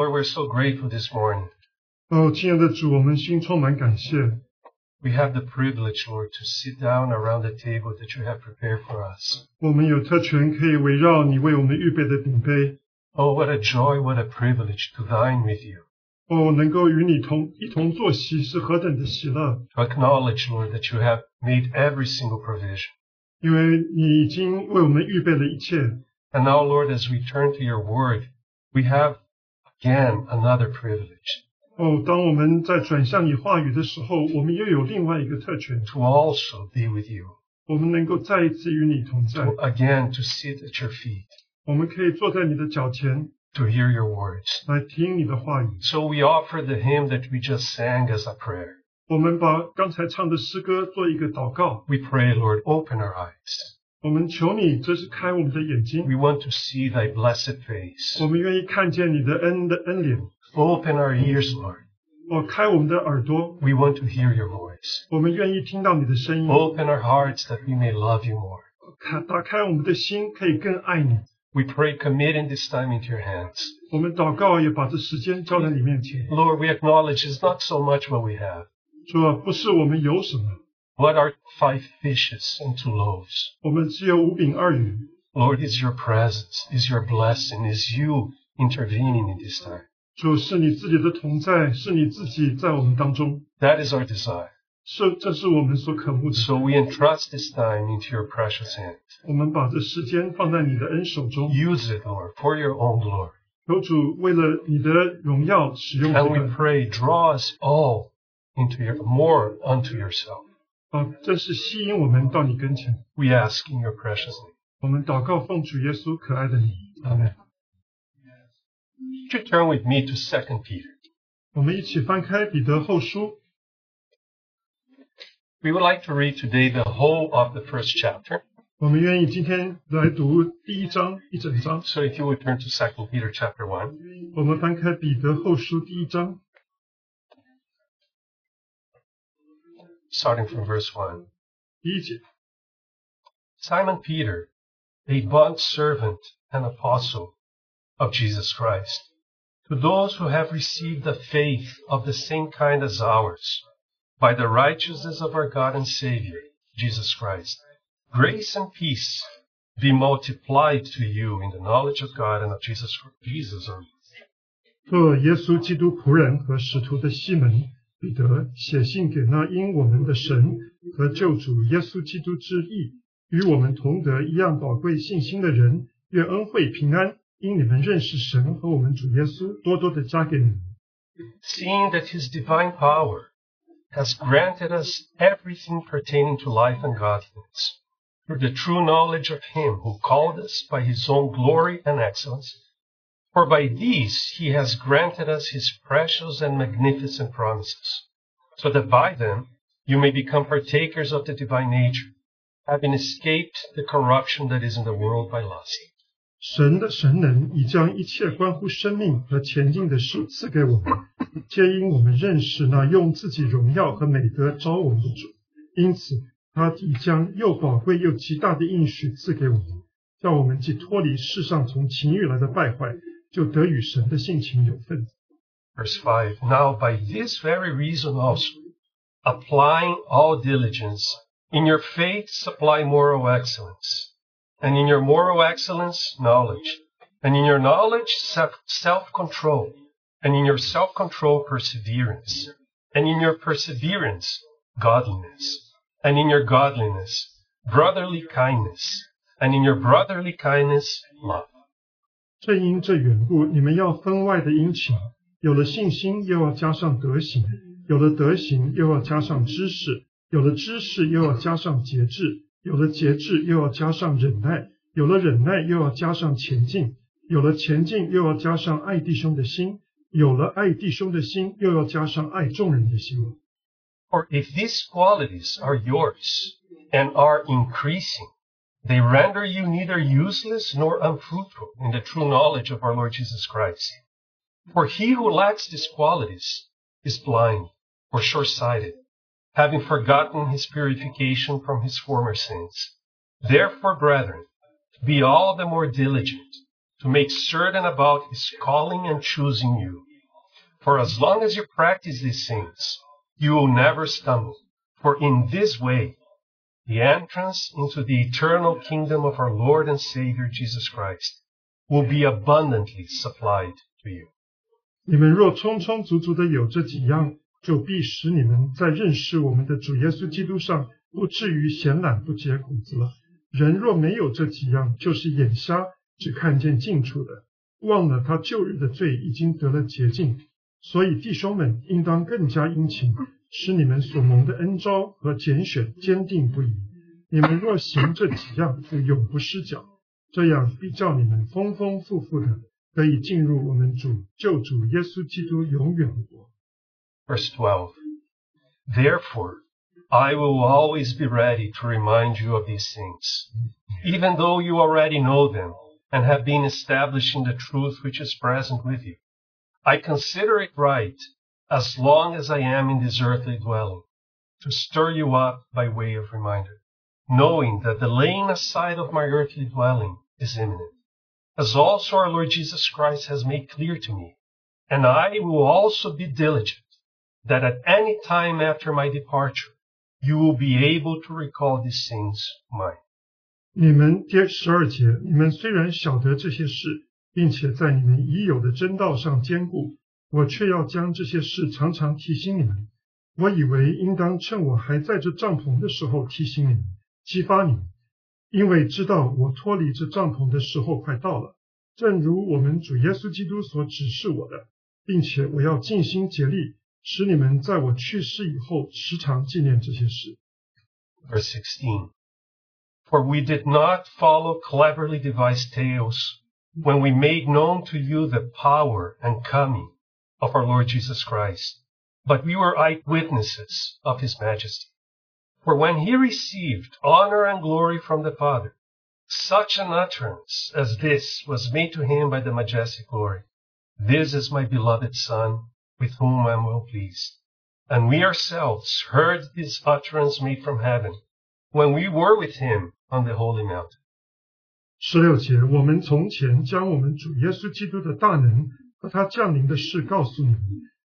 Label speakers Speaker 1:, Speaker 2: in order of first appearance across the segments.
Speaker 1: Lord, we're so grateful this morning.
Speaker 2: 哦，亲爱的主，我们心充满感谢。
Speaker 1: We have the privilege, Lord, to sit down around the table that you have prepared for us.
Speaker 2: 我们有特权可以围绕你为我们预备的饼杯。
Speaker 1: Oh, what a joy, what a privilege to dine with you,
Speaker 2: 哦，能够与你同一同坐席是何等的喜乐！
Speaker 1: to acknowledge, Lord, that you have made every single provision.
Speaker 2: 因为你已经为我们预备了一切。
Speaker 1: And now, Lord, as we turn to your word, we have again another privilege
Speaker 2: 哦，当我们在转向你话语的时候，我们又有另外一个特权，
Speaker 1: to also be with you,
Speaker 2: 我们能够再一次与你同在
Speaker 1: to，again to sit at your feet,
Speaker 2: 我们可以坐在你的脚前
Speaker 1: to hear your words.
Speaker 2: 来听你的话语。
Speaker 1: So we offer the hymn that we just sang as a prayer.
Speaker 2: 我们把刚才唱的诗歌做一个祷告，
Speaker 1: We pray, Lord, open our eyes.
Speaker 2: 我们求你这是开我们的眼睛
Speaker 1: We，want to see thy blessed face.
Speaker 2: 我们愿意看见你的恩的恩脸。
Speaker 1: Open our ears, Lord.
Speaker 2: 哦，开我们的耳朵，
Speaker 1: We want to hear your voice.
Speaker 2: 我们愿意听到你的声音。
Speaker 1: Open our hearts that we may love you more.
Speaker 2: 开打开我们的心，可以更爱你。
Speaker 1: We pray, committing this time into your hands.
Speaker 2: 我们祷告，也把这时间交在你面前。
Speaker 1: Lord, we acknowledge it's not so much what we have,
Speaker 2: 主啊，不是我们有什么，
Speaker 1: but our five fishes and two loaves.
Speaker 2: 我们只有五饼二鱼。
Speaker 1: Lord, is your presence, is your blessing, is you intervening in this time.
Speaker 2: 主是你自己的同在，是你自己在我们当中，
Speaker 1: That is our desire.
Speaker 2: 是这是我们所渴慕的。
Speaker 1: So we entrust this time into your precious hand.
Speaker 2: 我们把这时间放在你的恩手中，
Speaker 1: Use it, Lord, for your own glory.
Speaker 2: 求主为了你的荣耀使用这
Speaker 1: And we
Speaker 2: 个
Speaker 1: pray, draw us all into your more unto yourself.
Speaker 2: 啊，真是吸引我们到你跟前。
Speaker 1: We ask in your precious name.
Speaker 2: 我们祷告，奉主耶稣可爱的名，阿门。
Speaker 1: Would you turn with me to Second Peter?
Speaker 2: 我们一起翻开彼得后书，
Speaker 1: We would like to read today the whole of the first chapter.
Speaker 2: 我们愿意今天来读第一章一整章。
Speaker 1: So if you would turn to Second Peter chapter one,
Speaker 2: 我们翻开彼得后书第一章，
Speaker 1: starting from verse one.
Speaker 2: 第一节。
Speaker 1: Simon Peter, a bondservant and apostle of Jesus Christ, to those who have received the faith of the same kind as ours, by the righteousness of our God and Savior, Jesus Christ, grace and peace be multiplied to you in the knowledge of God and of Jesus Jesus our Lord.
Speaker 2: 做耶稣基督仆人和使徒的西门彼得写信给那因我们的神和救主耶稣基督之意，与我们同得一样宝贵信心的人，愿恩惠平安因你们认识神和我们主耶稣，多多的加给你们。
Speaker 1: seeing that his divine power has granted us everything pertaining to life and godliness, through the true knowledge of him who called us by his own glory and excellence. For by these he has granted us his precious and magnificent promises, so that by them you may become partakers of the divine nature, having escaped the corruption that is in the world by lust.
Speaker 2: 神的神能已将一切关乎生命和前进的事赐给我们，皆因我们认识那用自己荣耀和美德招我们的主，因此他已将又宝贵又极大的应许赐给我们，叫我们既脱离世上从情欲来的败坏，就得与神的性情有份。
Speaker 1: Verse 5 Now, by this very reason also, applying all diligence, in your faith supply moral excellence, and in your moral excellence, knowledge, and in your knowledge, self control, and in your self control, perseverance, and in your perseverance, godliness, and in your godliness, brotherly kindness, and in your brotherly kindness, love.
Speaker 2: 正因这缘故，你们要分外的殷勤。有了信心，又要加上德行；有了德行，又要加上知识；有了知识，又要加上节制；有了节制，又要加上忍耐；有了忍耐，又要加上前进；有了前进，又要加上爱弟兄的心；有了爱弟兄的心，又要加上爱众人的心。
Speaker 1: For if these qualities are yours and are increasing, they render you neither useless nor unfruitful in the true knowledge of our Lord Jesus Christ. For he who lacks these qualities is blind or short sighted, having forgotten his purification from his former sins. Therefore, brethren, be all the more diligent to make certain about His calling and choosing you. For as long as you practice these things, you will never stumble. For in this way, the entrance into the eternal kingdom of our Lord and Savior Jesus Christ will be abundantly supplied to you.
Speaker 2: 你们若充充足足的有这几样，就必使你们在认识我们的主耶稣基督上不至于闲懒不结果子了。人若没有这几样，就是眼瞎，只看见近处的，忘了他旧日的罪已经得了洁净。所以弟兄们，应当更加殷勤，使你们所蒙的恩招和拣选坚定不移。你们若行这几样，就永不失脚。这样必叫你们丰丰富富的得以进入我们主救主耶稣基督永远的国。
Speaker 1: Verse 12. Therefore, I will always be ready to remind you of these things, even though you already know them and have been established in the truth which is present with you. I consider it right, as long as I am in this earthly dwelling, to stir you up by way of reminder, knowing that the laying aside of my earthly dwelling is imminent, as also our Lord Jesus Christ has made clear to me. And I will also be diligent that at any time after my departure, you will be able to recall these things to mind.
Speaker 2: 你们第十二节，你们虽然晓得这些事，并且在你们已有的真道上坚固，我却要将这些事常常提醒你们。我以为应当趁我还在这帐篷的时候提醒你们，激发你们，因为知道我脱离这帐篷的时候快到了。正如我们主耶稣基督所指示我的，并且我要尽心竭力，使你们在我去世以后时常纪念这些事。
Speaker 1: Verse 16. For we did not follow cleverly devised tales when we made known to you the power and coming of our Lord Jesus Christ, but we were eyewitnesses of his majesty. For when he received honor and glory from the Father, such an utterance as this was made to him by the majestic glory. This is my beloved Son, with whom I am well pleased. And we ourselves heard this utterance made from heaven when we were with him on the holy mountain.
Speaker 2: 十六节，我们从前将我们主耶稣基督的大能和他降临的事告诉你们，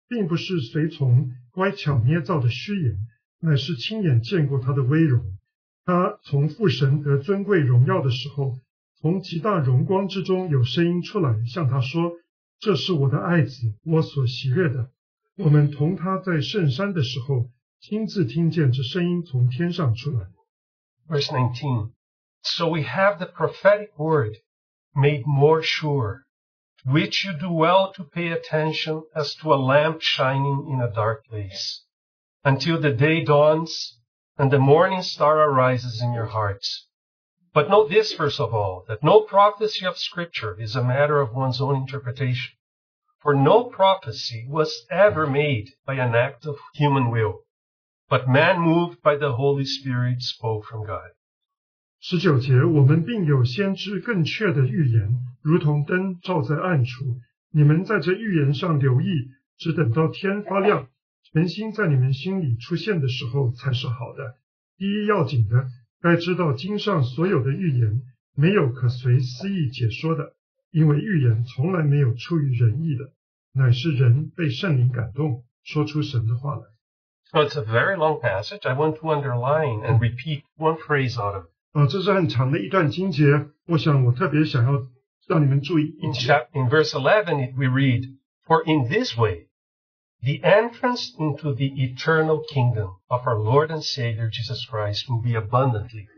Speaker 2: 并不是随从乖巧捏造的虚言，乃是亲眼见过他的威容。他从父神得尊贵荣耀的时候，从极大荣光之中有声音出来，向他说：“这是我的爱子，我所喜悦的。”我们同他在圣山的时候，亲自听见这声音从天上出来。
Speaker 1: Verse 19. So we have the prophetic word made more sure, to which you do well to pay attention as to a lamp shining in a dark place, until the day dawns and the morning star arises in your hearts. But know this first of all, that no prophecy of Scripture is a matter of one's own interpretation. For no prophecy was ever made by an act of human will, but man moved by the Holy Spirit spoke from God.
Speaker 2: 十九节，我们并有先知更确的预言，如同灯照在暗处。你们在这预言上留意，只等到天发亮，全心在你们心里出现的时候才是好的。第一要紧的，该知道经上所有的预言没有可随私意解说的，因为预言从来没有出于人意的，乃是人被圣灵感动，说出神的话来。
Speaker 1: Now it's a very long passage. I want to underline and repeat one phrase out of it.
Speaker 2: 啊、这是很长的一段经节，我想我特别想要让你们注意一
Speaker 1: In,
Speaker 2: 节。
Speaker 1: chap- in verse 11, it- we read, For in this way, the entrance into the eternal kingdom of our Lord and Savior Jesus Christ will be abundantly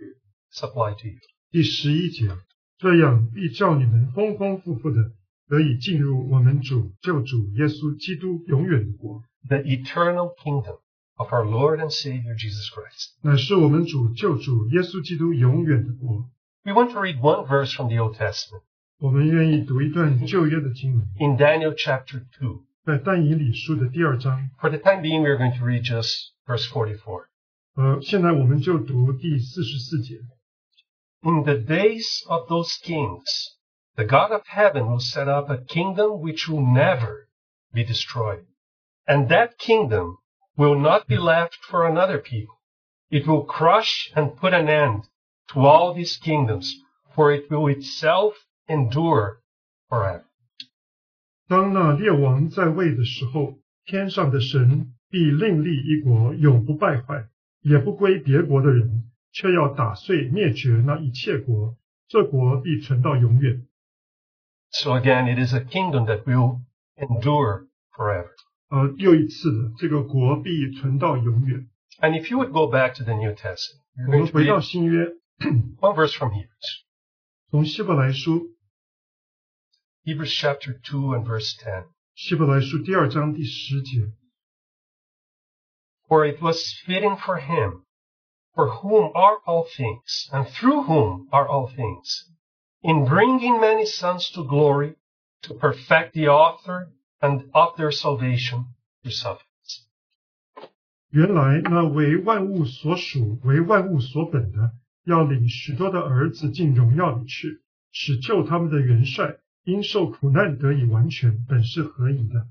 Speaker 1: supplied to you.
Speaker 2: 第十一节，这样必叫你们丰丰富富的得以进入我们主救主耶稣基督永远的国，
Speaker 1: The eternal kingdom of our Lord and Savior Jesus Christ.
Speaker 2: 乃是我们主救主耶稣基督永远的国。
Speaker 1: We want to read one verse from the Old Testament
Speaker 2: 我们愿意读一段旧约的经文，
Speaker 1: in Daniel chapter 2.
Speaker 2: 在但以理书的第二章。
Speaker 1: For the time being, we are going to read just verse 44.
Speaker 2: 呃，现在我们就读第四十四节。
Speaker 1: In the days of those kings, the God of heaven will set up a kingdom which will never be destroyed. And that kingdom will not be left for another people. It will crush and put an end to all these kingdoms, for it will itself endure forever.
Speaker 2: 当那列王在位的时候，天上的神必另立一国，永不败坏，也不归别国的人，却要打碎灭绝那一切国，这国必存到永远。
Speaker 1: So again, it is a kingdom that will endure forever.
Speaker 2: 呃，又一次的，这个国必存到永远。
Speaker 1: And if you would go back to the New Testament,
Speaker 2: 我
Speaker 1: you're
Speaker 2: 们
Speaker 1: going
Speaker 2: 回
Speaker 1: to
Speaker 2: 到
Speaker 1: read
Speaker 2: 新约，
Speaker 1: one verse from Hebrews.
Speaker 2: 从希伯来书，
Speaker 1: Hebrews chapter 2 and verse 10.
Speaker 2: 希伯来书第二章第十节，
Speaker 1: For it was fitting for him, for whom are all things, and through whom are all things, in bringing many sons to glory, to perfect the author and of their salvation through sufferings.
Speaker 2: 原来那为万物所属、为万物所本的，要领许多的儿子进荣耀里去，使救他们的元帅因受苦难得以完全，本是合宜的。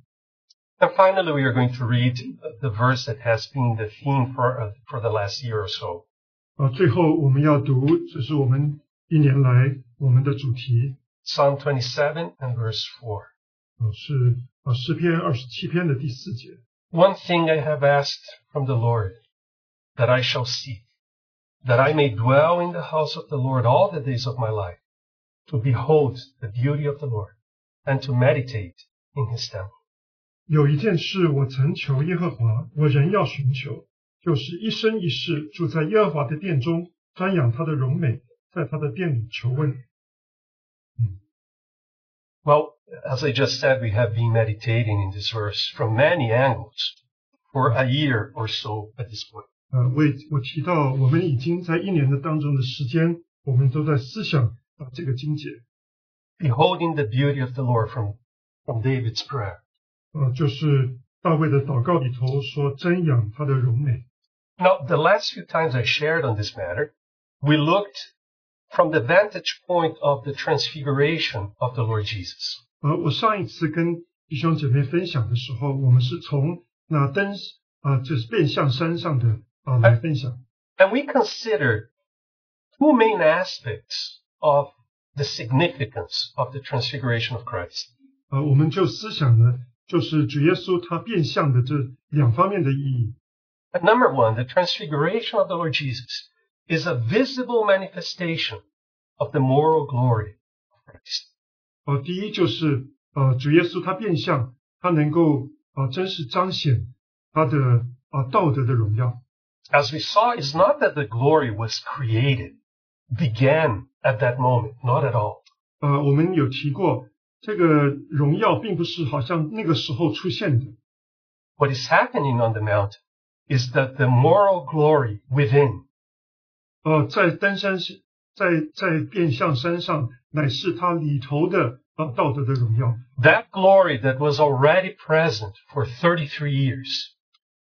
Speaker 1: And finally, we are going to read the verse that has been the theme for, uh, for the last year or so.
Speaker 2: 啊，最后我们要读，这是我们一年来我们的主题，
Speaker 1: Psalm 27 and verse 4.
Speaker 2: 啊是啊诗篇二十七篇的第四节。
Speaker 1: One thing I have asked from the Lord, that I shall seek, that I may dwell in the house of the Lord all the days of my life, to behold the beauty of the Lord, and to meditate in his temple.
Speaker 2: 有一件事我曾求耶和华，我仍要寻求，就是一生一世住在耶和华的殿中，瞻仰他的荣美，在他的殿里求问。
Speaker 1: Well, as I just said, we have been meditating in this verse from many angles for a year or so at this point.
Speaker 2: 呃，我也我提到，我们已经在一年的当中的时间，我们都在思想啊这个经解，
Speaker 1: Beholding the beauty of the Lord from, from David's prayer.
Speaker 2: 呃，就是大卫的祷告里头说瞻仰他的荣美。
Speaker 1: Now, the last few times I shared on this matter, we looked from the vantage point of the transfiguration of the Lord Jesus.
Speaker 2: 呃，我上一次跟弟兄姐妹分享的时候，我们是从那登啊、就是变相山上的啊、来分享。
Speaker 1: And we considered two main aspects of the significance of the transfiguration of Christ.
Speaker 2: 呃，我们就思想呢，就是主耶稣他变相的这两方面的意义。
Speaker 1: And number one, the transfiguration of the Lord Jesus is a visible manifestation of the moral glory of Christ.
Speaker 2: 呃，第一就是呃，主耶稣他变相，他能够啊、呃真实彰显他的啊、呃道德的荣耀。
Speaker 1: As we saw, it's not that the glory was created, began at that moment, not at all.
Speaker 2: 呃，我们有提过，这个荣耀并不是好像那个时候出现的，
Speaker 1: what is happening on the mountain is that the moral glory within
Speaker 2: 呃，在登山是在在变相山上，乃是他里头的呃道德的荣耀。
Speaker 1: that glory that was already present for 33 years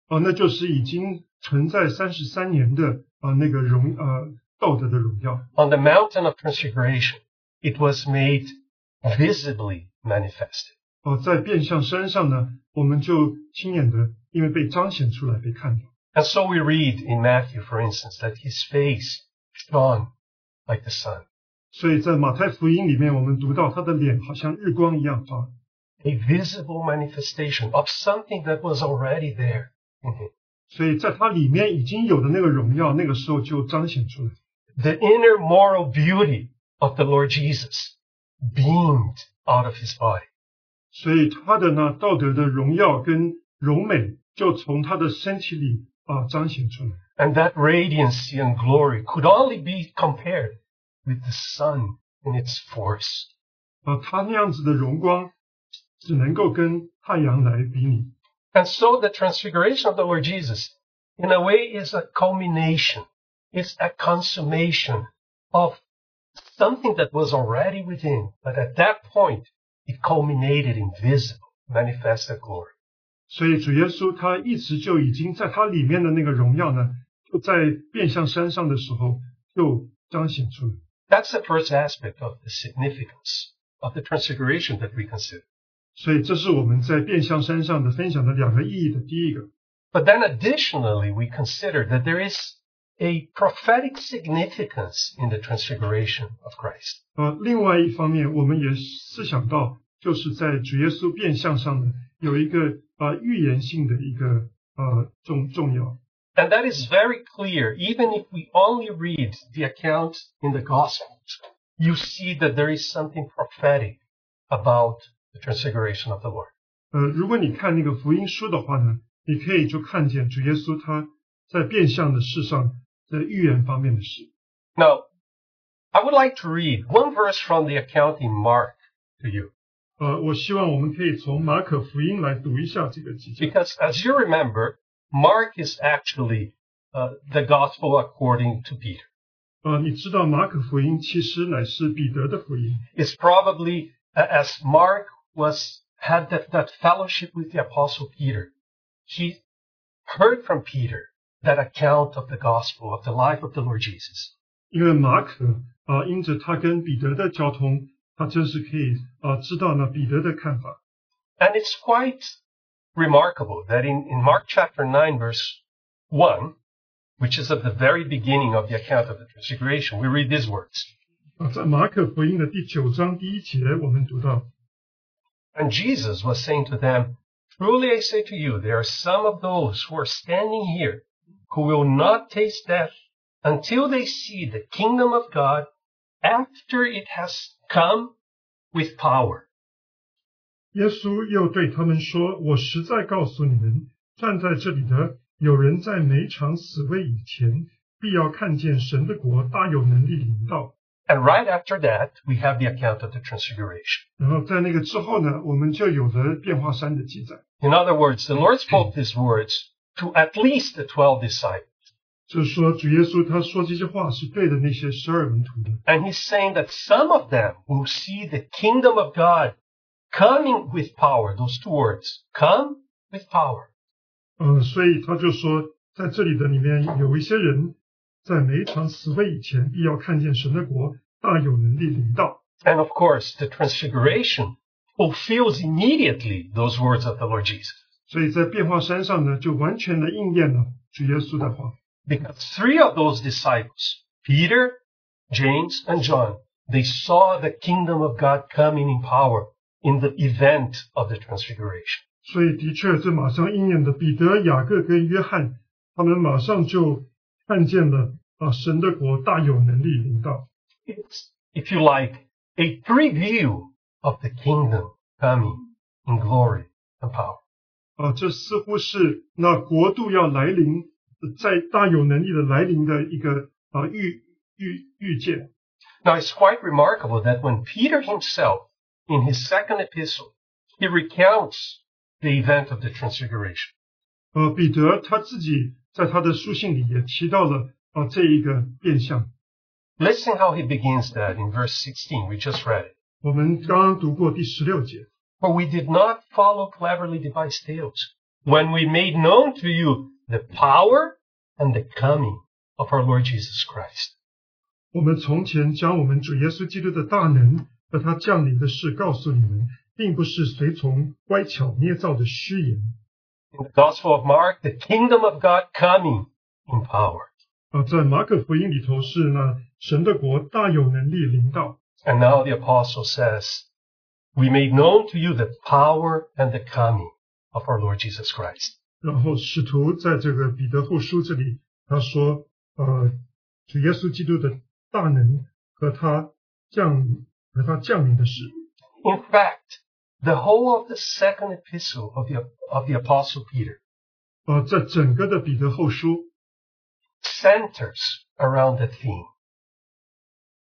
Speaker 2: 哦、那就是已经存在三十三年的啊、呃那个荣呃道德的荣耀。
Speaker 1: on the mountain of transfiguration it was made visibly manifested
Speaker 2: 哦、在变相山上呢，我们就亲眼的，因为被彰显出来，被看到。
Speaker 1: and so we read in matthew for instance that his face shone like the sun
Speaker 2: 所以在马太福音里面，我们读到他的脸好像日光一样发，
Speaker 1: a visible manifestation of something that was already there in him
Speaker 2: 所以在他里面已经有的那个荣耀，那个时候就彰显出来。
Speaker 1: the inner moral beauty of the lord jesus beamed out of his body
Speaker 2: 所以他的呢道德的荣耀跟荣美就从他的身体里啊、彰显出来。
Speaker 1: And that radiancy and glory could only be compared with the sun in its force.
Speaker 2: 啊、他那样子的荣光只能够跟太阳来比拟。
Speaker 1: And so the transfiguration of the Lord Jesus, in a way, is a culmination, it's a consummation of something that was already within, but at that point, it culminated in visible, manifested glory.
Speaker 2: 所以主耶稣他一直就已经在他里面的那个荣耀呢，就在变相山上的时候就彰显出来。
Speaker 1: That's the first aspect of the significance of the transfiguration that we consider.
Speaker 2: 所以这是我们在变相山上的分享的两个意义的第一个。
Speaker 1: But then additionally, we consider that there is a prophetic significance in the transfiguration of Christ.
Speaker 2: 呃，另外一方面，我们也思想到，就是在主耶稣变相上的有一个呃预言性的一个呃重重要。
Speaker 1: And that is very clear, even if we only read the account in the Gospels, you see that there is something prophetic about the transfiguration of the Lord.
Speaker 2: 呃，如果你看那个福音书的话呢，你可以就看见主耶稣他在变相的事上，在预言方面的事。
Speaker 1: Now, I would like to read one verse from the account in Mark to you,
Speaker 2: 呃，我希望我们可以从马可福音来读一下这个几节。
Speaker 1: because as you remember, Mark is actually uh, the gospel according to Peter.
Speaker 2: 呃，你知道马可福音其实乃是彼得的福音。
Speaker 1: It's probably uh, as Mark was had that, that fellowship with the apostle Peter. He heard from Peter that account of the gospel of the life of the Lord Jesus.
Speaker 2: 因为马可啊、呃因着他跟彼得的交通，他真是可以啊、呃知道呢彼得的看法。
Speaker 1: And it's quite remarkable that in, in Mark chapter 9 verse 1, which is at the very beginning of the account of the transfiguration, we read these words.
Speaker 2: 啊、在马可福音的第九章第一节，我们读到，
Speaker 1: And Jesus was saying to them, Truly I say to you, there are some of those who are standing here who will not taste death until they see the kingdom of God after it has come with power.
Speaker 2: 耶稣又对他们说：“我实在告诉你们，站在这里的有人在每场死味以前，必要看见神的国大有能力领到。
Speaker 1: And right after that, we have the account of the transfiguration. ”
Speaker 2: 然后在那个之后呢，我们就有了变化山的记载。
Speaker 1: In other words, the Lord spoke these words to at least the 12 disciples.
Speaker 2: 就是说，主耶稣他说这些话是对的那些十二门徒的。
Speaker 1: And he's saying that some of them will see the kingdom of God coming with power. Those two words, come with power.
Speaker 2: 嗯，所以他就说，在这里的里面有一些人，在每一场死会以前，必要看见神的国大有能力领到。
Speaker 1: And of course, the transfiguration fulfills immediately those words of the Lord Jesus.
Speaker 2: 所以在变化山上呢，就完全的应验了主耶稣的话。
Speaker 1: Because three of those disciples, Peter, James, and John, they saw the kingdom of God coming in power in the event of the transfiguration.
Speaker 2: 所以的确，这马上应验的彼得、雅各跟约翰，他们马上就看见了啊，神的国大有能力领到。
Speaker 1: It's, if you like, a preview of the kingdom coming in glory and power.
Speaker 2: 啊，这似乎是那国度要来临，在大有能力的来临的一个啊预预预见。
Speaker 1: Now it's quite remarkable that when Peter himself, in his second epistle, he recounts the event of the transfiguration.
Speaker 2: 呃，彼得他自己在他的书信里也提到了啊、呃这一个变相。
Speaker 1: Listen how he begins that in verse 16. We just read it.
Speaker 2: 我们刚刚读过第十六节，
Speaker 1: For we did not follow cleverly devised tales when we made known to you the power and the coming of our Lord Jesus Christ.
Speaker 2: 我们从前将我们主耶稣基督的大能和他降临的事告诉你们，并不是随从乖巧捏造的虚言。
Speaker 1: In the Gospel of Mark, the kingdom of God coming in power.
Speaker 2: 啊、在马可福音里头是呢，神的国大有能力临到。
Speaker 1: And now the apostle says, we made known to you the power and the coming of our Lord Jesus Christ.
Speaker 2: 然后使徒在这个彼得后书这里，他说，呃，主耶稣基督的大能和他降临和他降临的事。
Speaker 1: In fact, the whole of the second epistle of the, of the apostle Peter
Speaker 2: 呃，这整个的彼得后书
Speaker 1: centers around the theme,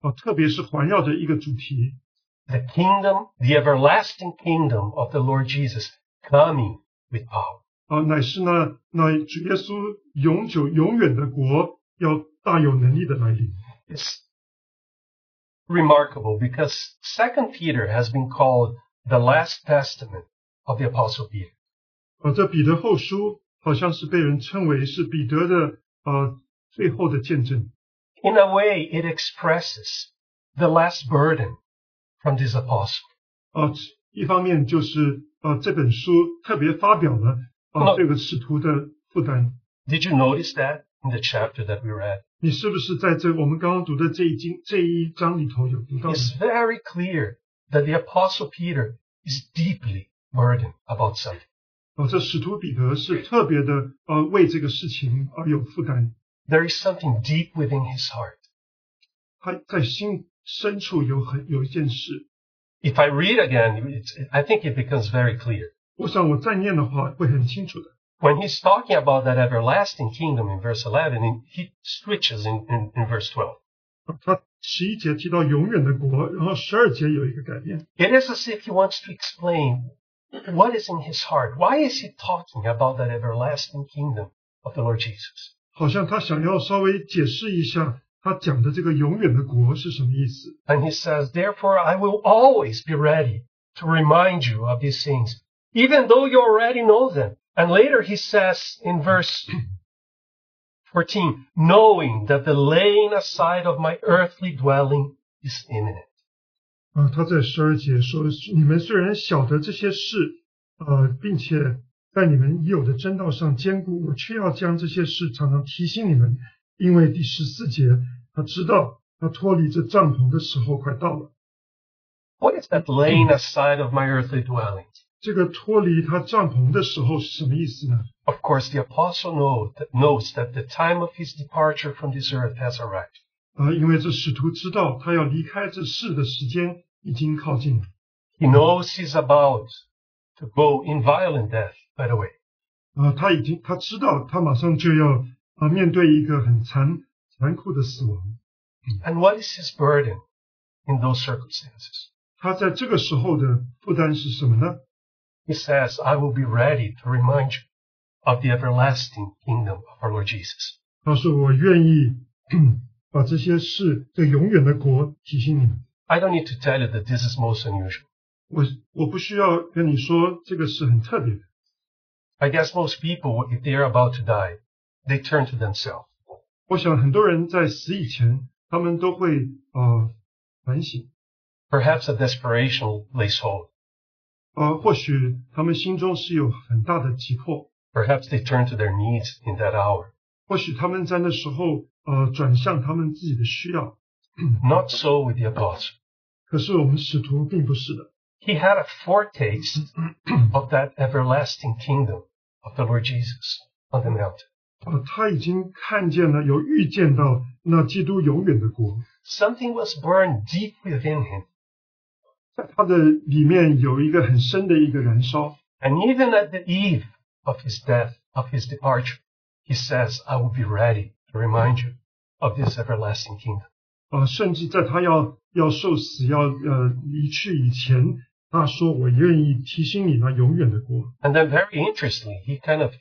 Speaker 2: 啊、呃特别是环绕着一个主题，
Speaker 1: the kingdom, the everlasting kingdom of the Lord Jesus coming with power.
Speaker 2: 啊、乃是那那主耶稣永久永远的国要大有能力的来临。
Speaker 1: It's remarkable because second Peter has been called the last testament of the apostle Peter.
Speaker 2: 啊、这彼得后书好像是被人称为是彼得的呃最后的见证。
Speaker 1: In a way, it expresses the last burden from this apostle.
Speaker 2: 啊、一方面就是啊这本书特别发表了啊、
Speaker 1: 哦
Speaker 2: 这个使徒的负担。
Speaker 1: Did you notice that in the chapter that we read.
Speaker 2: 你是不是在这我们刚刚读的这一经这一章里头有读到呢？
Speaker 1: It's very clear that the Apostle Peter is deeply burdened about something.
Speaker 2: 哦，这使徒彼得是特别的呃为这个事情而有负担，
Speaker 1: There is something deep within his heart.
Speaker 2: 他在心深处有很有一件事，
Speaker 1: If I read again, it's, I think it becomes very clear.
Speaker 2: 我想我再念的话会很清楚的。
Speaker 1: When he's talking about that everlasting kingdom in verse 11, and he switches in, in, in verse 12.
Speaker 2: 啊他十一节提到永远的国，然后十二节有一个改变，
Speaker 1: It is as if he wants to explain what is in his heart. Why is he talking about that everlasting kingdom of the Lord Jesus?
Speaker 2: 好像他想要稍微解释一下他讲的这个永远的国是什么意思。
Speaker 1: And he says, Therefore, I will always be ready to remind you of these things, even though you already know them. And later he says in verse 14, knowing that the laying aside of my earthly dwelling is imminent.
Speaker 2: 啊，他在十二节说：“你们虽然晓得这些事，呃，并且在你们已有的真道上坚固，我却要将这些事常常提醒你们，因为第十四节他知道他脱离这帐篷的时候快到了。
Speaker 1: What is that laying aside of my earthly dwelling?
Speaker 2: 这个脱离他帐篷的时候是什么意思呢？
Speaker 1: Of course, the apostle know, knows that the time of his departure from this earth has arrived.
Speaker 2: 啊，因为这使徒知道他要离开这世的时间已经靠近了。
Speaker 1: He knows he's about to go in violent death, by the way.
Speaker 2: 啊，他已经他知道他马上就要啊面对一个很残残酷的死亡。
Speaker 1: And what is his burden in those circumstances?
Speaker 2: 他在这个时候的负担是什么呢？
Speaker 1: He says, I will be ready to remind you of the everlasting kingdom of our Lord Jesus.
Speaker 2: 他说：“我愿意 把这些事，这永远的国提醒你们。
Speaker 1: I don't need to tell you that this is most unusual.
Speaker 2: 我我不需要跟你说这个是很特别的。
Speaker 1: I guess most people, if they are about to die, they turn to themselves.
Speaker 2: 我想很多人在死以前，他们都会呃反省，
Speaker 1: Perhaps a desperation lays hold.
Speaker 2: 呃，或许他们心中是有很大的急迫，
Speaker 1: Perhaps they turn to their needs in that hour.
Speaker 2: 或许他们在那时候呃转向他们自己的需要。
Speaker 1: Not so with the apostle.
Speaker 2: 可是我们使徒并不是的，
Speaker 1: He had a foretaste of that everlasting kingdom of the Lord Jesus on the mountain.
Speaker 2: 呃，他已经看见了，有预见到那基督永远的国。
Speaker 1: Something was burned deep within him.
Speaker 2: 在他的里面有一个很深的一个燃烧。
Speaker 1: And even at the eve of his death, of his departure, he says, I will be ready to remind you of this everlasting kingdom.
Speaker 2: 呃，甚至在他要要受死、要呃离去以前，他说：“我愿意提醒你那永远的国。
Speaker 1: And then, very interestingly, he kind of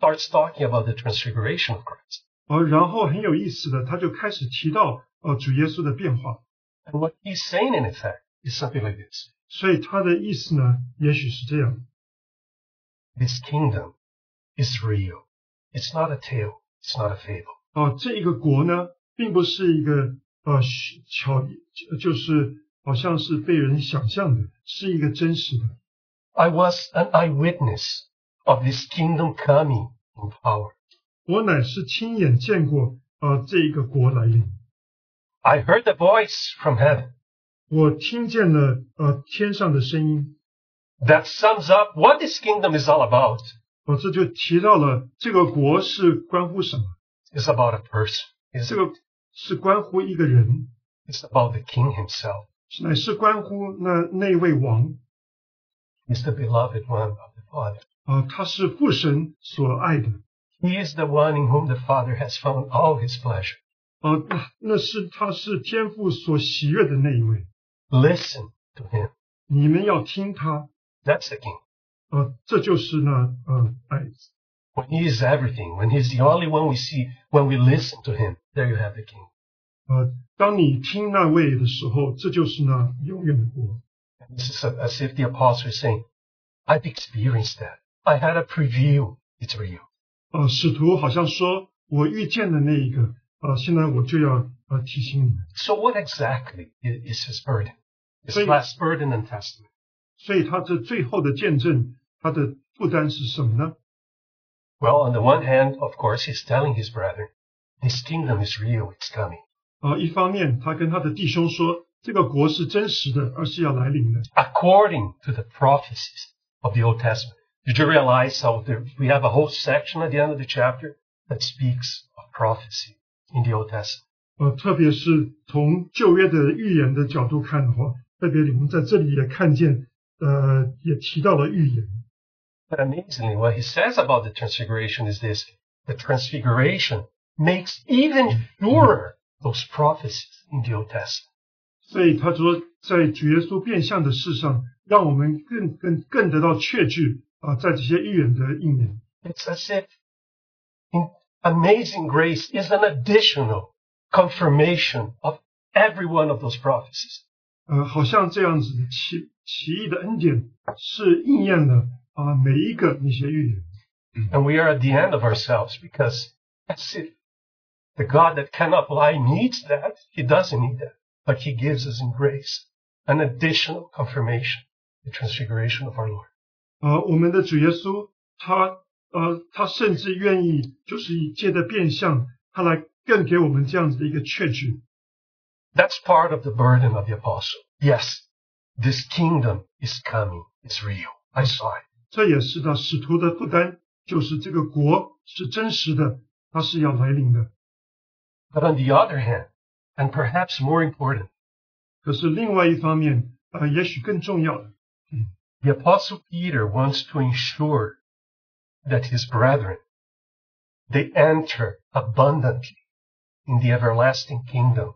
Speaker 1: starts talking about the transfiguration of Christ. ”
Speaker 2: 呃，然后很有意思的，他就开始提到呃主耶稣的变化。
Speaker 1: And what he's saying, in effect, is something like this
Speaker 2: 所以他的意思呢，也许是这样：
Speaker 1: This kingdom is real. It's not a tale, it's not a fable.
Speaker 2: 啊、这一个国呢，并不是一个呃虚巧，就是好像是被人想象的，是一个真实的。
Speaker 1: I was an eyewitness of this kingdom coming in power.
Speaker 2: 我乃是亲眼见过啊、呃这一个国来临。
Speaker 1: I heard a voice from heaven
Speaker 2: 我听见了呃天上的声音，
Speaker 1: that sums up what this kingdom is all about.
Speaker 2: 我、哦这就提到了这个国是关乎什么？
Speaker 1: is about a person. It's,
Speaker 2: 这个是关乎一个人，
Speaker 1: it's about the king himself.
Speaker 2: 乃是关乎那那位王
Speaker 1: He's the beloved one of the Father.
Speaker 2: 啊、呃他是父神所爱的
Speaker 1: He is the one in whom the Father has found all his pleasure.
Speaker 2: 啊、呃那那是他是天父所喜悦的那一位。
Speaker 1: Listen to him.
Speaker 2: 你们要听他，
Speaker 1: That's the king.
Speaker 2: 呃，这就是呢，呃，爱子。
Speaker 1: When he is everything, when he's the only one we see, when we listen to him, there you have the king.
Speaker 2: 呃，当你听那位的时候，这就是呢永远的国。
Speaker 1: And this is as if the apostle is saying, I've experienced that. I had a preview. It's real.
Speaker 2: 呃，使徒好像说，我遇见的那一个，呃，现在我就要呃提醒你们。
Speaker 1: So what exactly i- is his burden? His
Speaker 2: So you-
Speaker 1: last burden and testament.
Speaker 2: 所以他这最后的见证，他的负担是什么呢？
Speaker 1: Well, on the one hand, of course, he's telling his brethren, His kingdom is real, it's coming.
Speaker 2: 啊，一方面他跟他的弟兄说，这个国是真实的，而是要来临的，
Speaker 1: According to the prophecies of the Old Testament. Did you realize how there, we have a whole section at the end of the chapter that speaks of prophecy in the Old Testament?
Speaker 2: 呃，特别是从旧约的预言的角度看的话，特别我们在这里也看见，呃，也提到了预言。
Speaker 1: But amazingly, what he says about the transfiguration is this the transfiguration makes even purer those prophecies in the Old Testament.
Speaker 2: 所以他说，在主耶稣变相的事上，让我们更更更得到确据啊、在这些预言的应验。
Speaker 1: It's as if in- amazing grace is an additional confirmation of every one of those prophecies.
Speaker 2: 呃，好像这样子奇奇异的恩典是应验了啊、每一个那些预言。
Speaker 1: And we are at the end of ourselves because as if the God that cannot lie needs that, he doesn't need that, but he gives us in grace an additional confirmation, the transfiguration of our Lord.
Speaker 2: 啊，我们的主耶稣，他呃，他甚至愿意就是以借着变相，他来更给我们这样子的一个确据。
Speaker 1: That's part of the burden of the apostle. Yes, this kingdom is coming. It's real. I saw it.
Speaker 2: 这也是他使徒的负担，就是这个国是真实的，它是要来临的。
Speaker 1: But on the other hand, and perhaps more important,
Speaker 2: 可是另外一方面，呃，也许更重要的，
Speaker 1: the apostle Peter wants to ensure that his brethren, they enter abundantly in the everlasting kingdom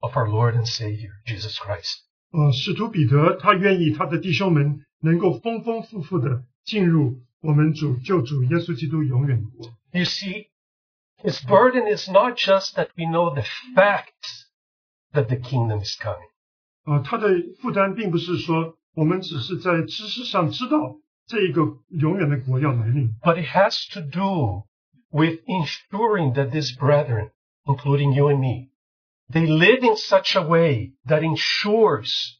Speaker 1: of our Lord and Savior, Jesus Christ.
Speaker 2: 呃，使徒彼得他愿意他的弟兄们能够丰丰富富的进入我们主救主耶稣基督永远的国。
Speaker 1: You see, his burden is not just that we know the fact that the kingdom is coming.
Speaker 2: 啊、他的负担并不是说我们只是在知识上知道这一个永远的国要来临，
Speaker 1: but it has to do with ensuring that these brethren, including you and me, they live in such a way that ensures,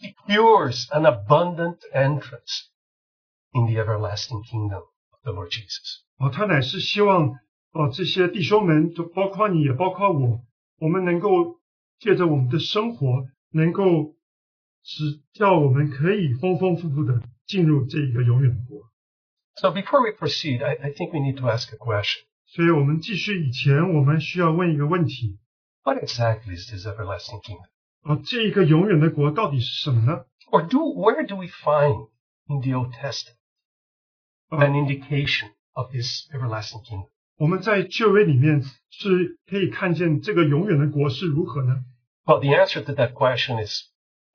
Speaker 1: secures an abundant entrance in the everlasting kingdom of the Lord Jesus.
Speaker 2: 啊、他乃是希望啊、这些弟兄们，就包括你也包括我，我们能够借着我们的生活，能够使叫我们可以丰丰富富的进入这一个永远的国。
Speaker 1: So before we proceed, I, I think we need to ask a question.
Speaker 2: 所以我们继续以前，我们需要问一个问题：
Speaker 1: What exactly is this everlasting kingdom?
Speaker 2: 啊，这一个永远的国到底是什么呢？
Speaker 1: Or do, where do we find in the Old Testament an
Speaker 2: 啊，
Speaker 1: indication of this everlasting kingdom?
Speaker 2: 我们在旧约里面是可以看见这个永远的国是如何呢？
Speaker 1: Well, the answer to that question is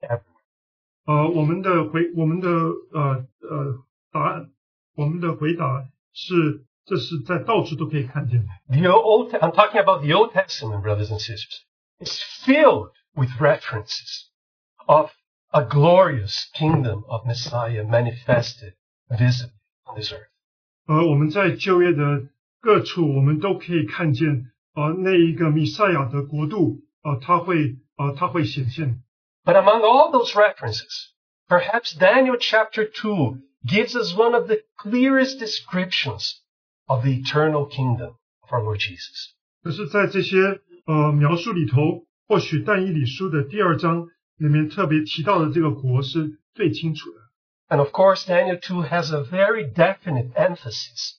Speaker 1: everywhere.
Speaker 2: 呃，我们的回，我们的呃呃答案，我们的回答是，这是在到处都可以看见的。
Speaker 1: The old, I'm talking about the Old Testament, brothers and sisters. It's filled with references of a glorious kingdom of Messiah manifested visibly on this earth.
Speaker 2: 呃，我们在旧约的各处，我们都可以看见，呃，那一个弥赛亚的国度，呃，它会呃，它会显现。
Speaker 1: But among all those references, perhaps Daniel chapter 2 gives us one of the clearest descriptions of the eternal kingdom of our Lord Jesus.
Speaker 2: 可是，在这些呃描述里头，或许但以理书的第二章里面特别提到的这个国是最清楚的。
Speaker 1: And of course, Daniel 2 has a very definite emphasis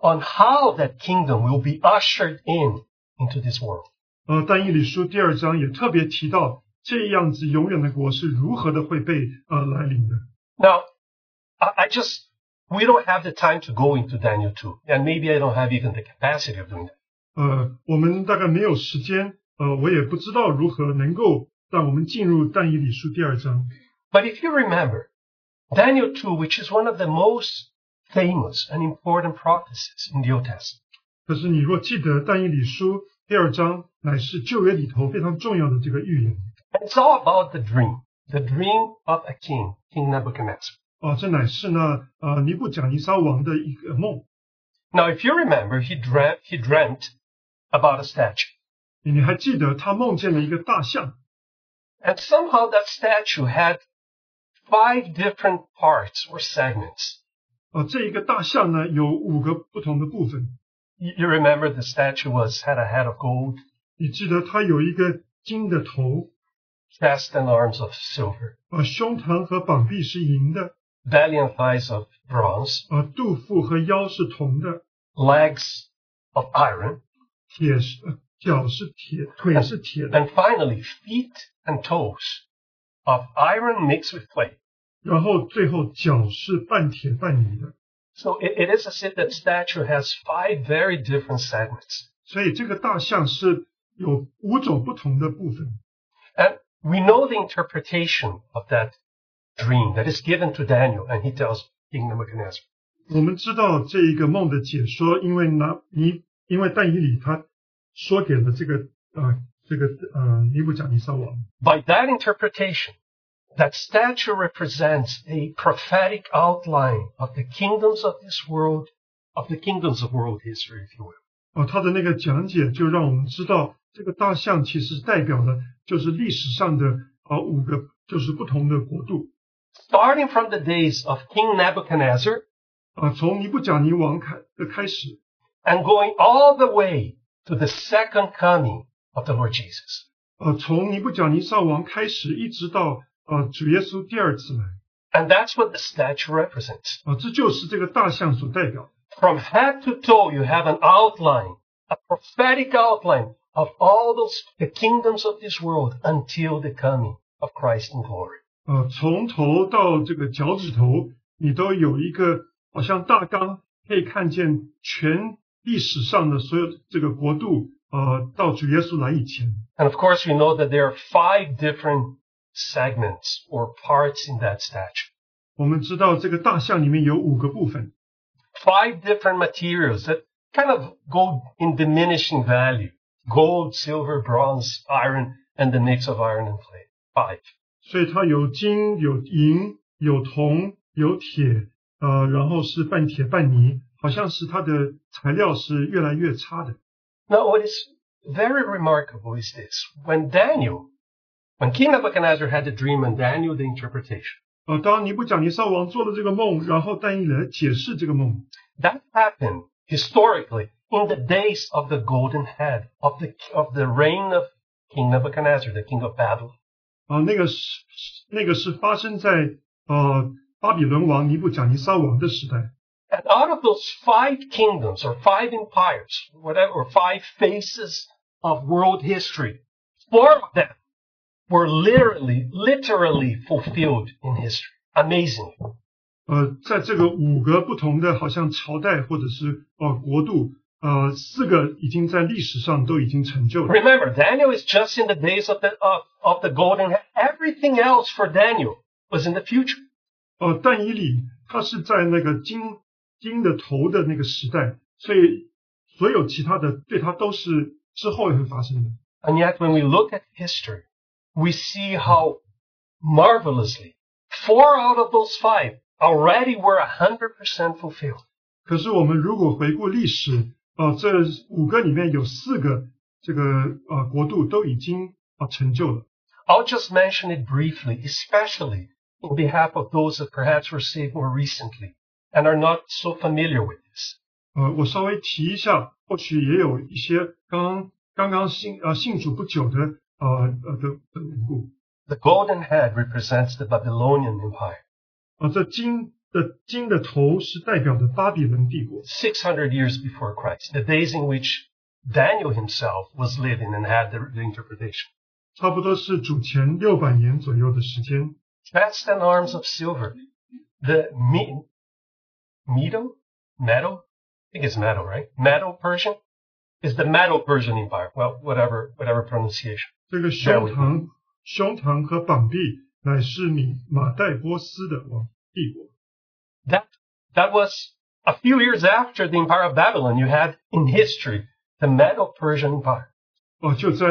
Speaker 1: on how that kingdom will be ushered in into this world.
Speaker 2: 呃，但以理书第二章也特别提到，这样子永远的国是如何的会被呃来临的。
Speaker 1: Now, I, I just, we don't have the time to go into Daniel 2, and maybe I don't have even the capacity of doing that.
Speaker 2: 呃，我们大概没有时间，呃，我也不知道如何能够让我们进入但以理书第二章。
Speaker 1: But if you remember, Daniel 2, which is one of the most famous and important prophecies in the Old Testament,
Speaker 2: 可是你若记得但以理书第二章乃是旧约里头非常重要的这个预言
Speaker 1: and it's all about the dream, the dream of a king, King Nebuchadnezzar.
Speaker 2: 啊、这乃是呢呃尼布甲尼撒王的一个梦。
Speaker 1: Now, if you remember, he dreamt, he dreamt about a statue.
Speaker 2: 你还记得他梦见了一个大象，
Speaker 1: And somehow that statue had five different
Speaker 2: 哦
Speaker 1: parts or segments.
Speaker 2: 啊、这一个大象呢有五个不同的部分，
Speaker 1: You you remember the statue was had a head of gold,
Speaker 2: 你记得他有一个金的头，
Speaker 1: chest and arms of silver,
Speaker 2: 而胸膛和膀臂是银的，
Speaker 1: belly and thighs of bronze,
Speaker 2: 而肚腹和腰是铜的，
Speaker 1: legs of iron,
Speaker 2: 铁是呃脚是铁，腿是铁的。
Speaker 1: and finally feet and toes of iron mixed with clay.
Speaker 2: 然后最后脚是半铁半泥的，
Speaker 1: So it, it is as if that statue has five very different segments.
Speaker 2: 所以这个大象是有五种不同的部分。
Speaker 1: And we know the interpretation of that dream that is given to Daniel, and he tells King Nebuchadnezzar.
Speaker 2: 我们知道这一个梦的解说，因为拿尼，因为但以理他说给了这个呃这个呃尼布甲尼撒王，
Speaker 1: By that interpretation, that statue represents a prophetic outline of the kingdoms of this world, of the kingdoms of world history, if you will.
Speaker 2: 哦、他的那个讲解就让我们知道，这个大象其实代表的就是历史上的啊、呃五个就是不同的国度
Speaker 1: Starting from the days of King Nebuchadnezzar
Speaker 2: 啊、呃从尼布甲尼王开的开始，
Speaker 1: and going all the way to the second coming of the Lord Jesus.
Speaker 2: 呃，从尼布甲尼撒王开始，一直到呃主耶稣第二次来，
Speaker 1: And that's what the statue represents.
Speaker 2: 啊、这就是这个大象所代表的。
Speaker 1: from head to toe, you have an outline, a prophetic outline of all those the kingdoms of this world until the coming of Christ in glory.
Speaker 2: 呃，从头到这个脚趾头，你都有一个好像大纲，可以看见全历史上的所有这个国度，呃，到主耶稣来以前。
Speaker 1: And of course, we know that there are five different segments or parts in that statue.
Speaker 2: 我们知道这个大象里面有五个部分，
Speaker 1: Five different materials that kind of go in diminishing value. Gold, silver, bronze, iron, and the mix of iron and clay. Five.
Speaker 2: 所以它有金、有银、有铜、有铁，呃，然后是半铁半泥，好像是它的材料是越来越差的。
Speaker 1: Now, what is very remarkable is this. When Daniel, when King Nebuchadnezzar had the dream and Daniel the interpretation,
Speaker 2: 呃，当尼布甲尼撒王做了这个梦，然后但以理来解释这个梦，
Speaker 1: that happened historically in the days of the golden head, of the, of the reign of King Nebuchadnezzar, the king of Babylon.
Speaker 2: 啊、那个是那个是发生在呃巴比伦王尼布甲尼撒王的时代。
Speaker 1: And out of those five kingdoms or five empires, whatever, or five faces of world history, four of them were literally, literally fulfilled in history. Amazingly.
Speaker 2: 呃，在这个五个不同的好像朝代或者是呃国度，呃，四个已经在历史上都已经成就了。
Speaker 1: Remember, Daniel is just in the days of the of, of the golden. head. Everything else for Daniel was in the future.
Speaker 2: 呃，但以理他是在那个金金的头的那个时代，所以所有其他的对他都是之后会发生的。
Speaker 1: And yet, when we look at history, we see how marvelously four out of those five already were hundred percent fulfilled.
Speaker 2: 可是我们如果回顾历史，啊，这五个里面有四个这个呃国度都已经啊、成就了。
Speaker 1: I'll just mention it briefly, especially on behalf of those that perhaps were saved more recently and are not so familiar with this.
Speaker 2: 呃，我稍微提一下，或许也有一些刚刚刚信呃信主不久的呃呃的的缘故。
Speaker 1: The golden head represents the Babylonian Empire.
Speaker 2: 啊，这金的金的头是代表的巴比伦帝国，
Speaker 1: 600 years before Christ, the days in which Daniel himself was living and had the, the interpretation.
Speaker 2: 差不多是主前六百年左右的时间。
Speaker 1: Chest and arms of silver. The me, Medo? Medo? I think it's Medo, right? Medo Persian? Is the Medo Persian Empire. Well, whatever, whatever pronunciation.
Speaker 2: 这个胸膛、胸膛和膀臂乃是米马代波斯的王帝国。
Speaker 1: That, that was a few years after the Empire of Babylon. You had in history the Medo Persian Empire.
Speaker 2: 哦，就在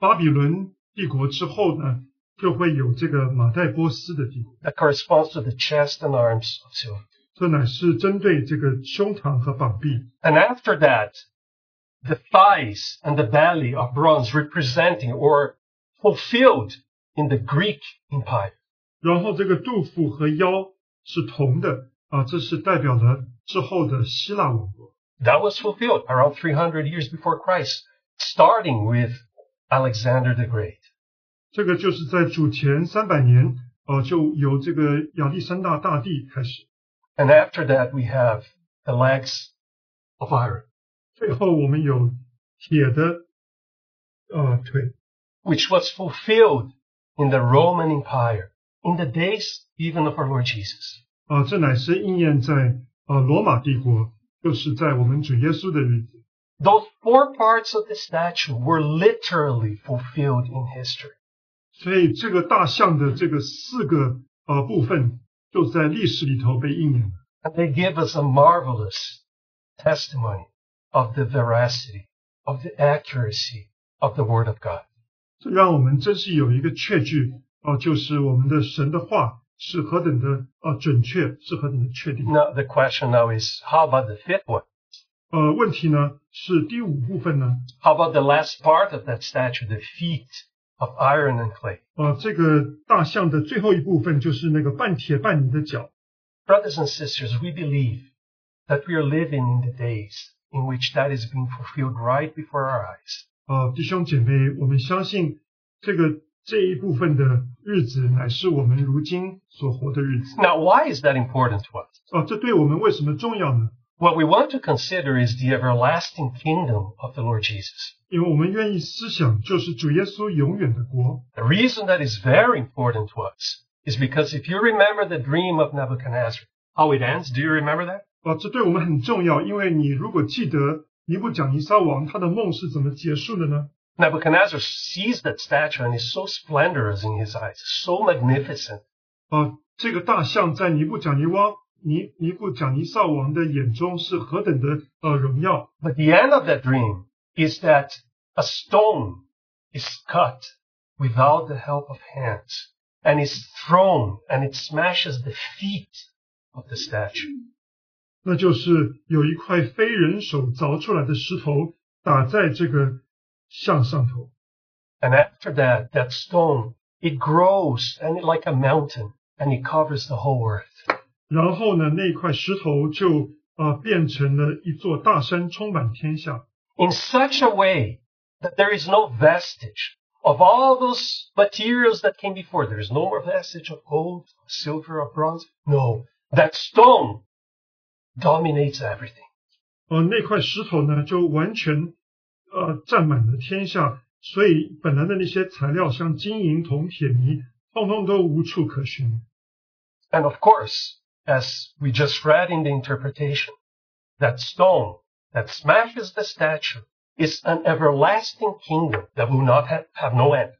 Speaker 2: 巴比伦帝国之后呢，就会有这个马代波斯的帝国，
Speaker 1: That corresponds to the chest and arms of silver.
Speaker 2: 这乃是针对这个胸膛和膀臂。
Speaker 1: And after that, the thighs and the belly of bronze representing or fulfilled in the Greek Empire.
Speaker 2: 然后这个肚腹和腰是铜的啊，这是代表了之后的希腊王国。
Speaker 1: That was fulfilled around 300 years before Christ, starting with Alexander the Great.
Speaker 2: 这个就是在主前三百年，呃，就由这个亚历山大大帝开始。
Speaker 1: And after that, we have the legs of iron,
Speaker 2: 最后我们有铁的呃腿，
Speaker 1: which was fulfilled in the Roman Empire in the days even of our Lord Jesus.
Speaker 2: 啊、这乃是应验在呃罗马帝国，就是在我们主耶稣的日子。
Speaker 1: Those four parts of the statue were literally fulfilled in history.
Speaker 2: 所以这个大象的这个四个呃部分，就在历史里头被应验了。
Speaker 1: And they give us a marvelous testimony of the veracity, of the accuracy of the Word of God.
Speaker 2: 这让我们真是有一个确据啊、呃就是我们的神的话是何等的啊、呃准确，是何等的确定。
Speaker 1: Now, the question now is how about the fifth one?
Speaker 2: 呃，问题呢是第五部分呢，
Speaker 1: How about the last part of that statue, the feet of iron and clay?
Speaker 2: 呃，这个大象的最后一部分就是那个半铁半泥的脚。
Speaker 1: Brothers and sisters, we believe that we are living in the days in which that is being fulfilled right before our eyes.
Speaker 2: 呃，弟兄姐妹，我们相信这个这一部分的日子乃是我们如今所活的日子。
Speaker 1: Now, why is that important to us?
Speaker 2: 啊、这对我们为什么重要呢？
Speaker 1: What we want to consider is the everlasting kingdom of the Lord Jesus.
Speaker 2: 因为我们愿意思想就是主耶稣永远的国。
Speaker 1: The reason that is very important to us is because if you remember the dream of Nebuchadnezzar, how it ends, do you remember that?
Speaker 2: 啊、这对我们很重要，因为你如果记得尼布甲尼撒王他的梦是怎么结束的呢？
Speaker 1: Nebuchadnezzar sees that statue and is so splendorous in his eyes, so magnificent.
Speaker 2: 啊、这个大象在尼布甲尼汪尼尼布甲尼撒王的眼中是何等的呃荣耀。
Speaker 1: But the end of that dream is that a stone is cut without the help of hands and is thrown and it smashes the feet of the statue.
Speaker 2: 那就是有一块非人手凿出来的石头打在这个象上头，
Speaker 1: And after that, that stone, it grows and it like a mountain and it covers the whole earth.
Speaker 2: 然后呢，那块石头就啊、呃变成了一座大山，充满天下。
Speaker 1: In such a way that there is no vestige of all those materials that came before. There is no more vestige of gold, silver, or bronze. No, that stone dominates everything.
Speaker 2: 呃，那块石头呢就完全呃占满了天下，所以本来的那些材料，像金银铜铁泥，通通都无处可寻。
Speaker 1: And of course, as we just read in the interpretation, that stone that smashes the statue is an everlasting kingdom that will not have, have no end.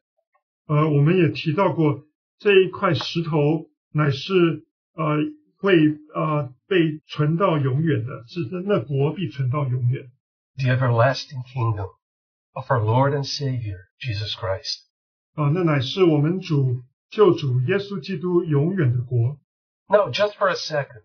Speaker 2: 呃，我们也提到过，这一块石头乃是呃会呃被存到永远的，是那国必存到永远。
Speaker 1: The everlasting kingdom of our Lord and Savior, Jesus Christ.
Speaker 2: 啊、那乃是我们主救主耶稣基督永远的国。
Speaker 1: Now, just for a second,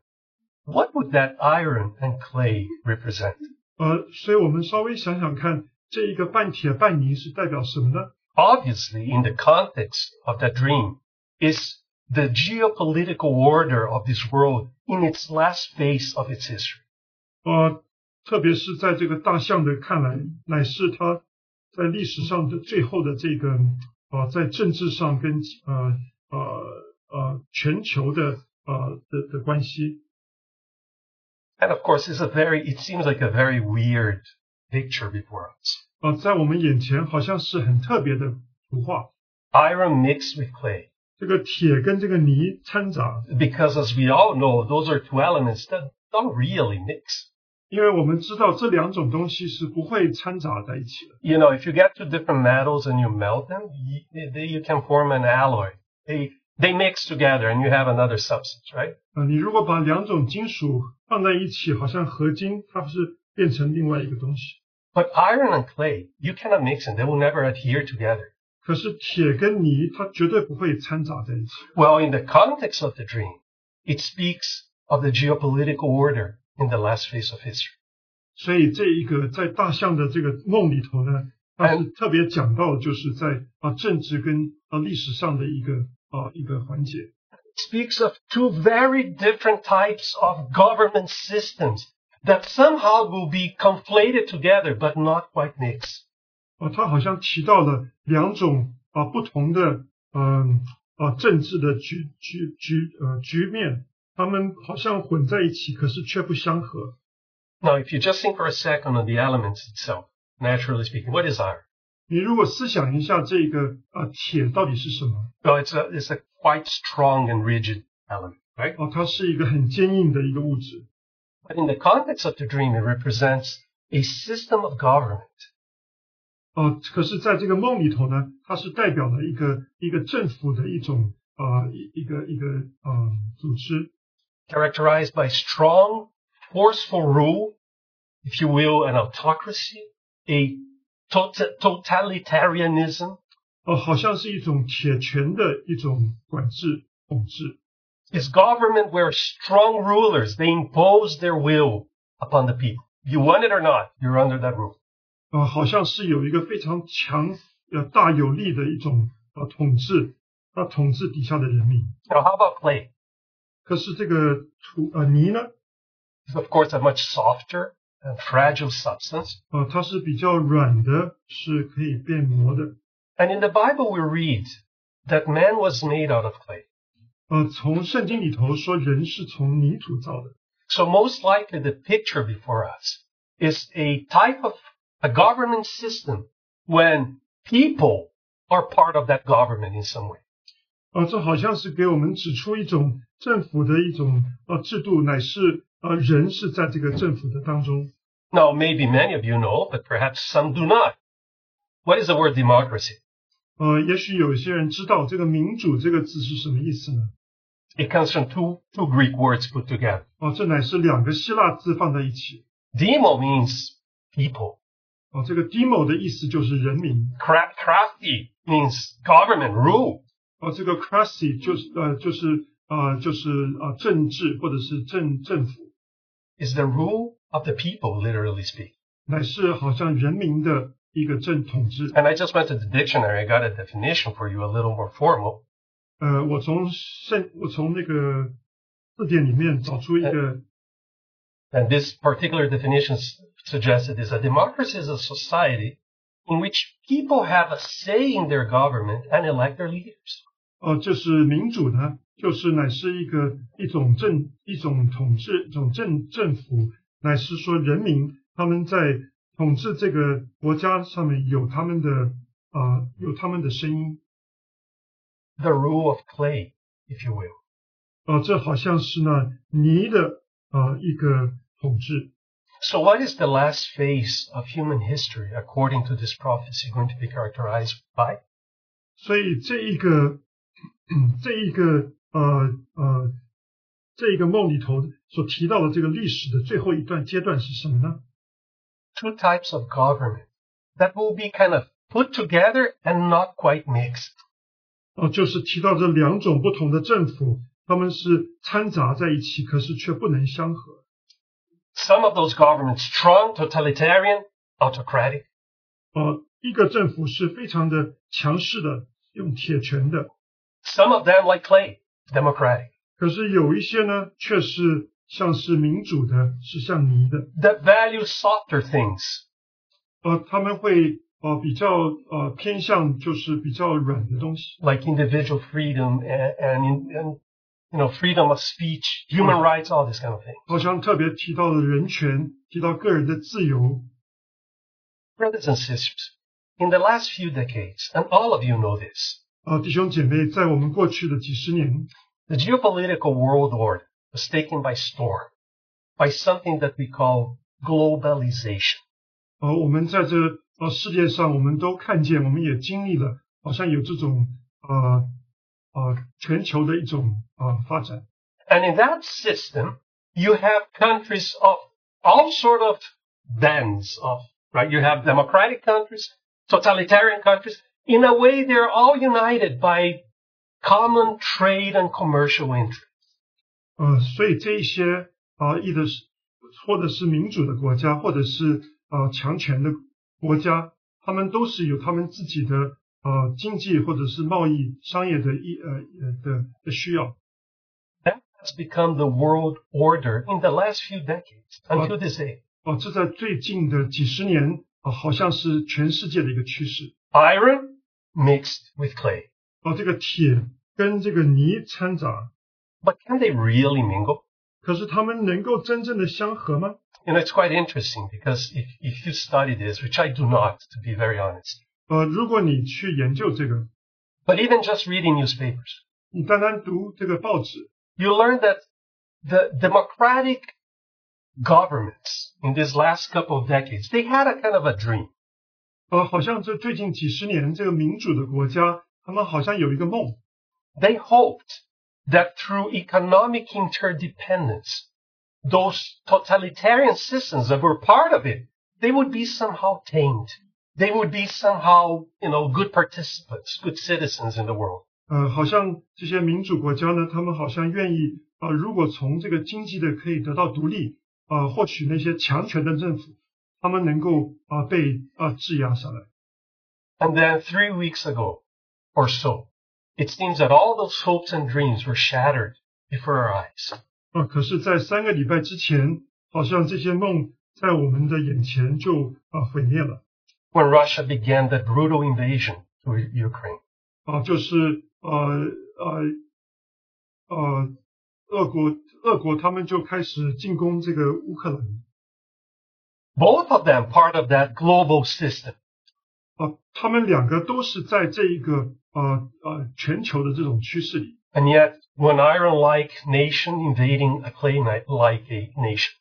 Speaker 1: what would that iron and clay represent?
Speaker 2: 呃，所以我们稍微想想看，这一个半铁半泥是代表什么呢？
Speaker 1: Obviously, in the context of that dream, is the geopolitical order of this world in its last phase of its history.
Speaker 2: 呃，特别是在这个大象的看来，乃是他在历史上的最后的这个呃，在政治上跟呃呃呃全球的呃的的关系。
Speaker 1: And of course, it's a very, it seems like a very weird picture before us.
Speaker 2: 呃，在我们眼前好像是很特别的图画，
Speaker 1: Iron mixed with clay.
Speaker 2: 这个铁跟这个泥掺杂，
Speaker 1: Because as we all know, those are two elements that don't really mix.
Speaker 2: 因为我们知道这两种东西是不会掺杂在一起的。
Speaker 1: You know, if you get two different metals and you melt them, you, they, you can form an alloy. They, they mix together and you have another substance, right?
Speaker 2: 呃，你如果把两种金属放在一起，好像合金，它是变成另外一个东西。
Speaker 1: But iron and clay, you cannot mix them. They will never adhere together.
Speaker 2: 可是铁跟泥，它绝对不会掺杂在一起。
Speaker 1: Well, in the context of the dream, it speaks of the geopolitical order in the last phase of history.
Speaker 2: 所以这一个在大象的这个梦里头呢，它是特别讲到，就是在啊政治跟啊历史上的一个啊一个环节。
Speaker 1: speaks of two very different types of government systems that somehow will be conflated together, but not quite mixed.
Speaker 2: 啊，他好像提到了两种啊不同的嗯啊政治的局局局呃局面，他们好像混在一起，可是却不相合。
Speaker 1: Now, if you just think for a second on the elements itself, naturally speaking, what is iron?
Speaker 2: 你如果思想一下这个啊铁到底是什么？
Speaker 1: Well, it's a, it's a quite strong and rigid element, right?
Speaker 2: 哦，它是一个很坚硬的一个物质。
Speaker 1: But in the context of the dream, it represents a system of government.
Speaker 2: 哦，可是在这个梦里头呢，它是代表了一个一个政府的一种啊一一个一个啊组织，
Speaker 1: characterized by strong, forceful rule, if you will, an autocracy, a tota- totalitarianism.
Speaker 2: 哦，好像是一种铁拳的一种管制统治。
Speaker 1: It's government where strong rulers, they impose their will upon the people. You want it or not, you're under that rule.
Speaker 2: 啊，好像是有一个非常强、呃大有力的一种啊统治，那统治底下的人民。
Speaker 1: Now, how about clay?
Speaker 2: 可是这个土啊泥呢，
Speaker 1: It's of course a much softer and fragile substance.
Speaker 2: 啊它是比较软的，是可以变磨的。
Speaker 1: And in the Bible, we read that man was made out of clay.
Speaker 2: 呃，从圣经里头说人是从泥土造的，
Speaker 1: So most likely the picture before us is a type of a government system when people are part of that government in some way.
Speaker 2: 啊，这好像是给我们指出一种政府的一种呃制度，乃是呃人是在这个政府的当中。
Speaker 1: Now, maybe many of you know, but perhaps some do not. What is the word democracy?
Speaker 2: 呃，也许有一些人知道这个“民主”这个字是什么意思呢？
Speaker 1: It comes from two, two Greek words put together.
Speaker 2: 哦，这乃是两个希腊字放在一起。
Speaker 1: Demo means people.
Speaker 2: 哦，这个 “demo” 的意思就是人民。
Speaker 1: Cra- crafty means government, rule.
Speaker 2: 哦，这个 “crassy” 就是呃就是呃就是呃政治或者是政政府，
Speaker 1: It's the rule of the people, literally speaking.
Speaker 2: 乃是好像人民的一个政统治。
Speaker 1: And I just went to the dictionary. I got a definition for you a little more formal.
Speaker 2: 呃，我从圣我从那个字典里面找出一个
Speaker 1: And this particular definition s- suggests it is a democracy is a society in which people have a say in their government and elect their leaders.
Speaker 2: 呃，就是民主呢，就是乃是一个一种政一种统治一种政政府，乃是说人民他们在统治这个国家上面有他们的啊、呃有他们的声音，
Speaker 1: The rule of clay, if you will.
Speaker 2: 呃，这好像是呢泥的啊、呃一个统治。
Speaker 1: So what is the last phase of human history according to this prophecy going to be characterized by?
Speaker 2: 所以这一个这一个呃呃这一个梦里头所提到的这个历史的最后一段阶段是什么呢？
Speaker 1: Two types of government that will be kind of put together and not quite mixed.
Speaker 2: 哦、就是提到这两种不同的政府，他们是掺杂在一起，可是却不能相合。
Speaker 1: Some of those governments strong, totalitarian, autocratic.
Speaker 2: 呃，一个政府是非常的强势的，用铁拳的，
Speaker 1: Some of them like clay, democratic.
Speaker 2: 可是有一些呢，却是像是民主的，是像泥的。
Speaker 1: that value softer things.
Speaker 2: 呃，他们会呃比较呃偏向就是比较软的东西。
Speaker 1: like individual freedom and, and, and you know freedom of speech, human rights, all this kind of thing.
Speaker 2: 好像特别提到了人权，提到个人的自由。
Speaker 1: Brothers and sisters, in the last few decades, and all of you know this,
Speaker 2: 啊，弟兄姐妹，在我们过去的几十年，
Speaker 1: the geopolitical world order was taken by storm by something that we call globalization.
Speaker 2: 呃，我们在这呃世界上，我们都看见，我们也经历了，好像有这种呃呃全球的一种呃发展。
Speaker 1: And in that system, you have countries of all sort of bands of, right? You have democratic countries, totalitarian countries. In a way, they're all united by common trade and commercial interests.
Speaker 2: 呃，所以这一些啊，一的是或者是民主的国家，或者是呃强权的国家，他们都是有他们自己的呃经济或者是贸易、商业的一呃呃的的需要。
Speaker 1: That has become the world order in the last few decades until this day.
Speaker 2: 哦，这在最近的几十年哦，好像是全世界的一个趋势。
Speaker 1: Iron mixed with clay.
Speaker 2: 哦，这个铁跟这个泥掺杂，
Speaker 1: But can they really mingle?
Speaker 2: 可是它们能够真正的相合吗？
Speaker 1: You know, it's quite interesting because if, if you study this, which I do not, to be very honest,
Speaker 2: 呃，如果你去研究这个，
Speaker 1: but even just reading newspapers,
Speaker 2: 你单单读这个报纸，
Speaker 1: you learn that the democratic governments in these last couple of decades, they had a kind of a dream.
Speaker 2: 呃，好像这最近几十年这个民主的国家，他们好像有一个梦，
Speaker 1: They hoped that through economic interdependence, those totalitarian systems that were part of it, they would be somehow tamed. They would be somehow, you know, good participants, good citizens in the world.
Speaker 2: 呃，好像这些民主国家呢，他们好像愿意，呃，如果从这个经济的可以得到独立，呃，获取那些强权的政府，他们能够啊、呃被啊、呃制压下来。
Speaker 1: And then three weeks ago or so, it seems that all those hopes and dreams were shattered before our eyes.
Speaker 2: 啊、可是，在三个礼拜之前，好像这些梦在我们的眼前就啊、呃毁灭了
Speaker 1: When Russia began that brutal invasion to U- Ukraine,
Speaker 2: 啊、就是呃呃呃，俄国俄国他们就开始进攻这个乌克兰
Speaker 1: both of them part of that global system.
Speaker 2: 啊、他们两个都是在这一个呃呃全球的这种趋势里。
Speaker 1: And yet, one iron-like nation invading a clay-like a nation.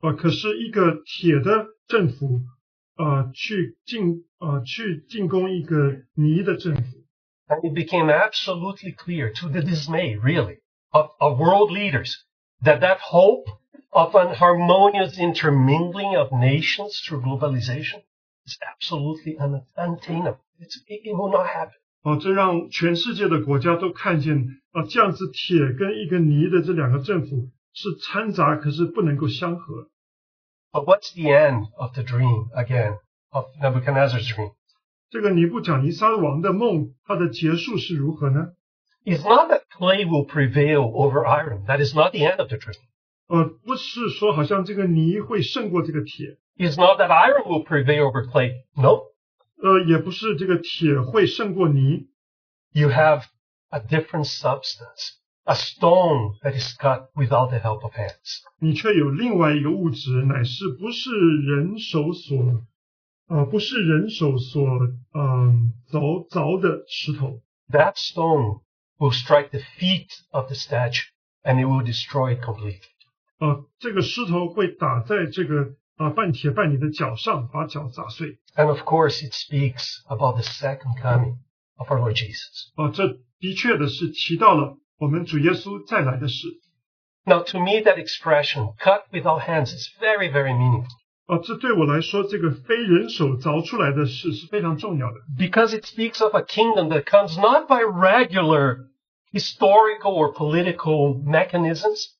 Speaker 2: 呃，可是一个铁的政府，呃，去进呃去进攻一个泥的政府，
Speaker 1: And it became absolutely clear to the dismay, really, of, of world leaders that that hope of an harmonious intermingling of nations through globalization is absolutely un- untainable. It's, it, it will not happen.
Speaker 2: 哦、这让全世界的国家都看见，啊、这样子铁跟一个泥的这两个政府是掺杂，可是不能够相合。
Speaker 1: But what's the end of the dream, again, of Nebuchadnezzar's dream?
Speaker 2: 这个尼布甲尼撒王的梦，它的结束是如何呢？
Speaker 1: It's not that clay will prevail over iron. That is not the end of the dream.
Speaker 2: 呃，不是说好像这个泥会胜过这个铁，
Speaker 1: It's not that iron will prevail over clay. No.
Speaker 2: 呃，也不是这个铁会胜过泥，
Speaker 1: you have a different substance, a stone that is cut without the help of hands.
Speaker 2: 你却有另外一个物质，乃是不是人手所，呃，不是人手所，嗯、凿凿的石头。
Speaker 1: That stone will strike the feet of the statue and it will destroy it completely.
Speaker 2: 呃，这个石头会打在这个啊、半铁半泥的脚上，把脚砸碎。
Speaker 1: And of course, it speaks about the second coming of our Lord Jesus.
Speaker 2: 啊、这的确的是提到了我们主耶稣再来的事。
Speaker 1: Now, to me, that expression, cut without hands, is very, very meaningful
Speaker 2: 啊、这对我来说，这个非人手凿出来的事是非常重要的。
Speaker 1: because it speaks of a kingdom that comes not by regular historical or political mechanisms,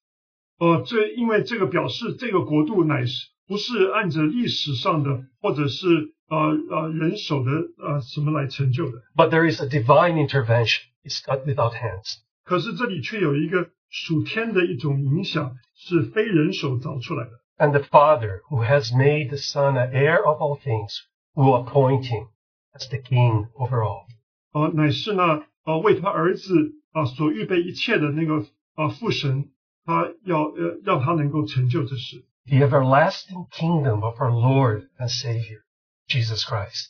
Speaker 2: 呃，这因为这个表示这个国度乃是不是按着历史上的或者是呃呃人手的呃什么来成就的，
Speaker 1: but there is a divine intervention. It's cut without hands.
Speaker 2: 可是这里却有一个属天的一种影响，是非人手凿出来的。
Speaker 1: And the Father, who has made the Son an heir of all things, will appoint him as the King over all.
Speaker 2: 呃，乃是呢呃为他儿子啊、呃所预备一切的那个啊、呃父神，他要呃让他能够成就这事。
Speaker 1: The everlasting kingdom of our Lord and Savior, Jesus Christ.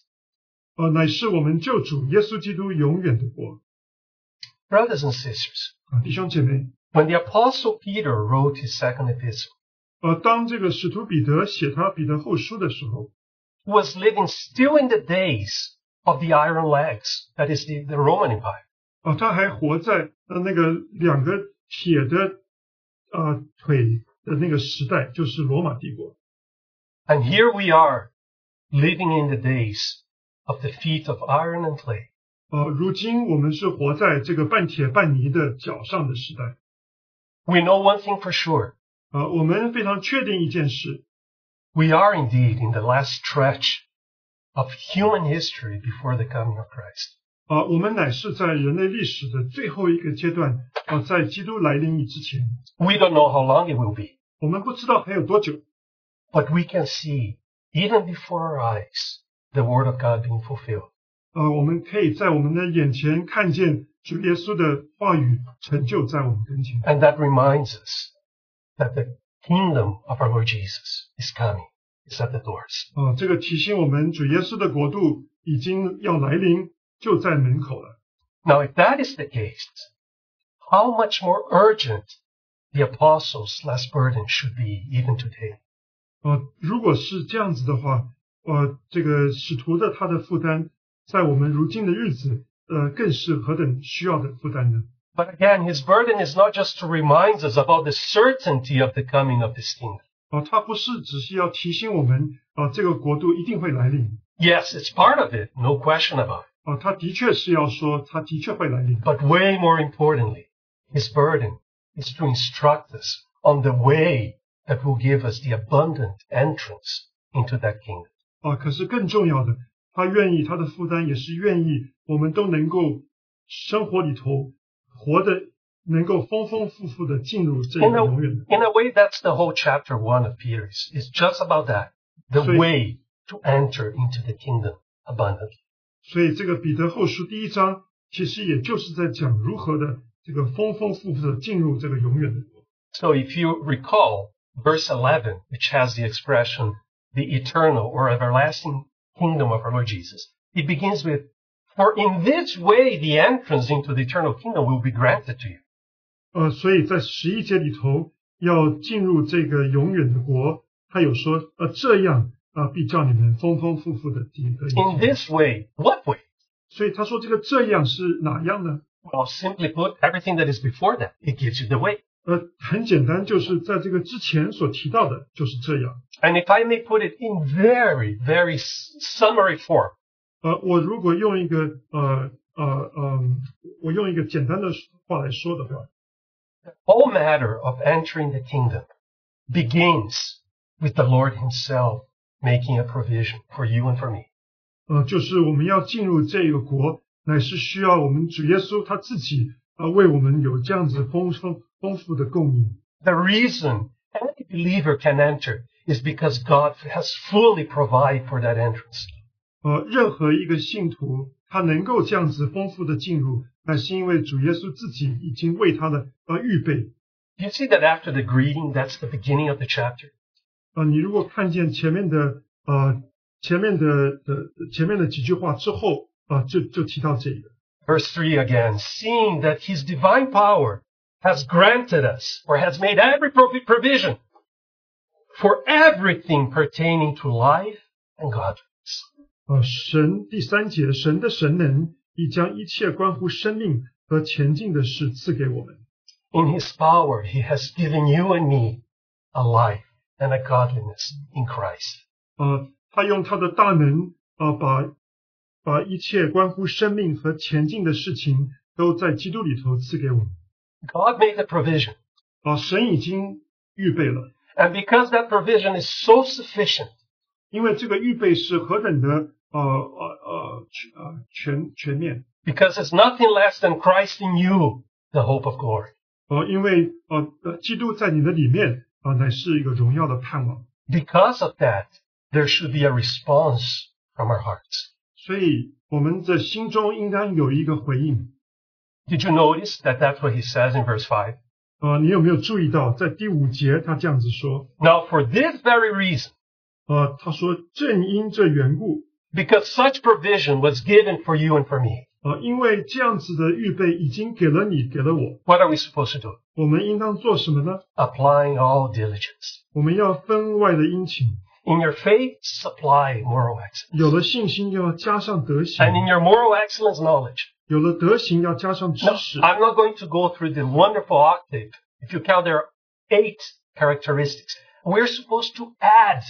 Speaker 2: 呃，乃是我们救主耶稣基督永远的国
Speaker 1: Brothers and sisters,
Speaker 2: 啊、弟兄姐妹。
Speaker 1: when the Apostle Peter wrote his second epistle,
Speaker 2: 呃，当这个使徒彼得写他彼得后书的时候，
Speaker 1: he was living still in the days of the iron legs, that is the, the Roman Empire.
Speaker 2: 啊，他还活在呃那个两个铁的呃腿的那个时代，就是罗马帝国。
Speaker 1: And here we are, living in the days of the feet of iron and clay.
Speaker 2: 呃，如今我们是活在这个半铁半泥的脚上的时代。
Speaker 1: We know one thing for sure.
Speaker 2: 呃，我们非常确定一件事，
Speaker 1: We are indeed in the last stretch of human history before the coming of Christ.
Speaker 2: 啊，我们乃是在人类历史的最后一个阶段啊，在基督来临之前，
Speaker 1: We don't know how long it will be,
Speaker 2: 我们不知道还有多久，
Speaker 1: but we can see, even before our eyes, the Word of God being fulfilled.
Speaker 2: 呃，我们可以在我们的眼前看见主耶稣的话语成就在我们跟前，
Speaker 1: And that reminds us that the kingdom of our Lord Jesus is coming, it's at the doors.
Speaker 2: 啊、这个提醒我们主耶稣的国度已经要来临，就在门口了。
Speaker 1: Now, if that is the case, how much more urgent the apostles' last burden should be even today.
Speaker 2: 呃，如果是这样子的话，呃，这个使徒的他的负担，在我们如今的日子，呃，更是何等需要的负担呢？
Speaker 1: But again, his burden is not just to remind us about the certainty of the coming of this kingdom.
Speaker 2: 啊、他不是只是要提醒我们，啊、这个国度一定会来临，
Speaker 1: Yes, it's part of it, no question about it.
Speaker 2: 啊、他的确是要说，他的确会来临，
Speaker 1: But way more importantly, his burden is to instruct us on the way that will give us the abundant entrance into that kingdom.
Speaker 2: 啊，可是更重要的，他愿意，他的负担也是愿意，我们都能够生活里头活得能够丰丰富富的进入这个
Speaker 1: In a,
Speaker 2: 永远的。
Speaker 1: in a way, that's the whole chapter one of Peter's. It's just about that. The
Speaker 2: So-
Speaker 1: way to enter into the kingdom abundantly.
Speaker 2: 所以这个彼得后书第一章，其实也就是在讲如何的这个丰丰富富的进入这个永远的国。
Speaker 1: So if you recall verse 11, which has the expression, the eternal or everlasting kingdom of our Lord Jesus, it begins with, for in this way the entrance into the eternal kingdom will be granted to you.
Speaker 2: 呃，所以在十一节里头要进入这个永远的国，他有说，呃，这样啊、必叫你们丰丰富富的进得
Speaker 1: In
Speaker 2: 永远。
Speaker 1: this way, what way?
Speaker 2: 所以他说这个这样是哪样呢？
Speaker 1: Well, simply put, everything that is before that, it gives you the way.
Speaker 2: 呃，很简单，就是在这个之前所提到的，就是这样。
Speaker 1: And if I may put it in very, very s- summary form,
Speaker 2: 呃，我如果用一个呃呃呃，我用一个简单的话来说的话，
Speaker 1: all matter of entering the kingdom begins with the Lord Himself making a provision for you and for me.
Speaker 2: 呃，就是我们要进入这个国，乃是需要我们主耶稣他自己啊、呃为我们有这样子丰丰丰富的供应。
Speaker 1: The reason any believer can enter is because God has fully provided for that entrance.
Speaker 2: 呃，任何一个信徒他能够这样子丰富的进入，那是因为主耶稣自己已经为他的呃预备。
Speaker 1: You see that after the greeting, that's the beginning of the chapter.
Speaker 2: 啊，你如果看见前面的呃前面的的前面的几句话之后啊、就就提到这个
Speaker 1: Verse 3 again, seeing that His divine power has granted us or has made every provi- provision for everything pertaining to life and godliness.
Speaker 2: 啊、神第三节，神的神能已将一切关乎生命和前进的事赐给我们。
Speaker 1: In His power, He has given you and me a life and a godliness in Christ.
Speaker 2: 啊，他用他的大能啊、把把一切关乎生命和前进的事情都在基督里头赐给我们。
Speaker 1: God made the provision.
Speaker 2: 啊、神已经预备了，
Speaker 1: And because that provision is so sufficient,
Speaker 2: 因为这个预备是何等的呃呃呃全呃全全面。
Speaker 1: because it's nothing less than Christ in you, the hope of glory.
Speaker 2: 哦，因为呃呃，基督在你的里面啊、乃是一个荣耀的盼望，
Speaker 1: Because of that, there should be a response from our hearts.
Speaker 2: 所以我们的心中应当有一个回应。
Speaker 1: Did you notice that that's what he says in verse 5?
Speaker 2: 呃，你有没有注意到，在第五节他这样子说？
Speaker 1: Now, for this very reason,
Speaker 2: 呃，他说正因这缘故，
Speaker 1: because such provision was given for you and for me,
Speaker 2: 呃，因为这样子的预备已经给了你，给了我，
Speaker 1: what are we supposed to do?
Speaker 2: 我们应当做什么呢？
Speaker 1: Applying all diligence.
Speaker 2: 我们要分外的殷勤，
Speaker 1: In your faith, supply moral excellence.
Speaker 2: 有了信心要加上德行，
Speaker 1: And in your moral excellence, knowledge.
Speaker 2: 有了德行要加上知
Speaker 1: No,
Speaker 2: 识。
Speaker 1: I'm not going to go through the wonderful octave. If you count, there are eight characteristics. We're supposed to add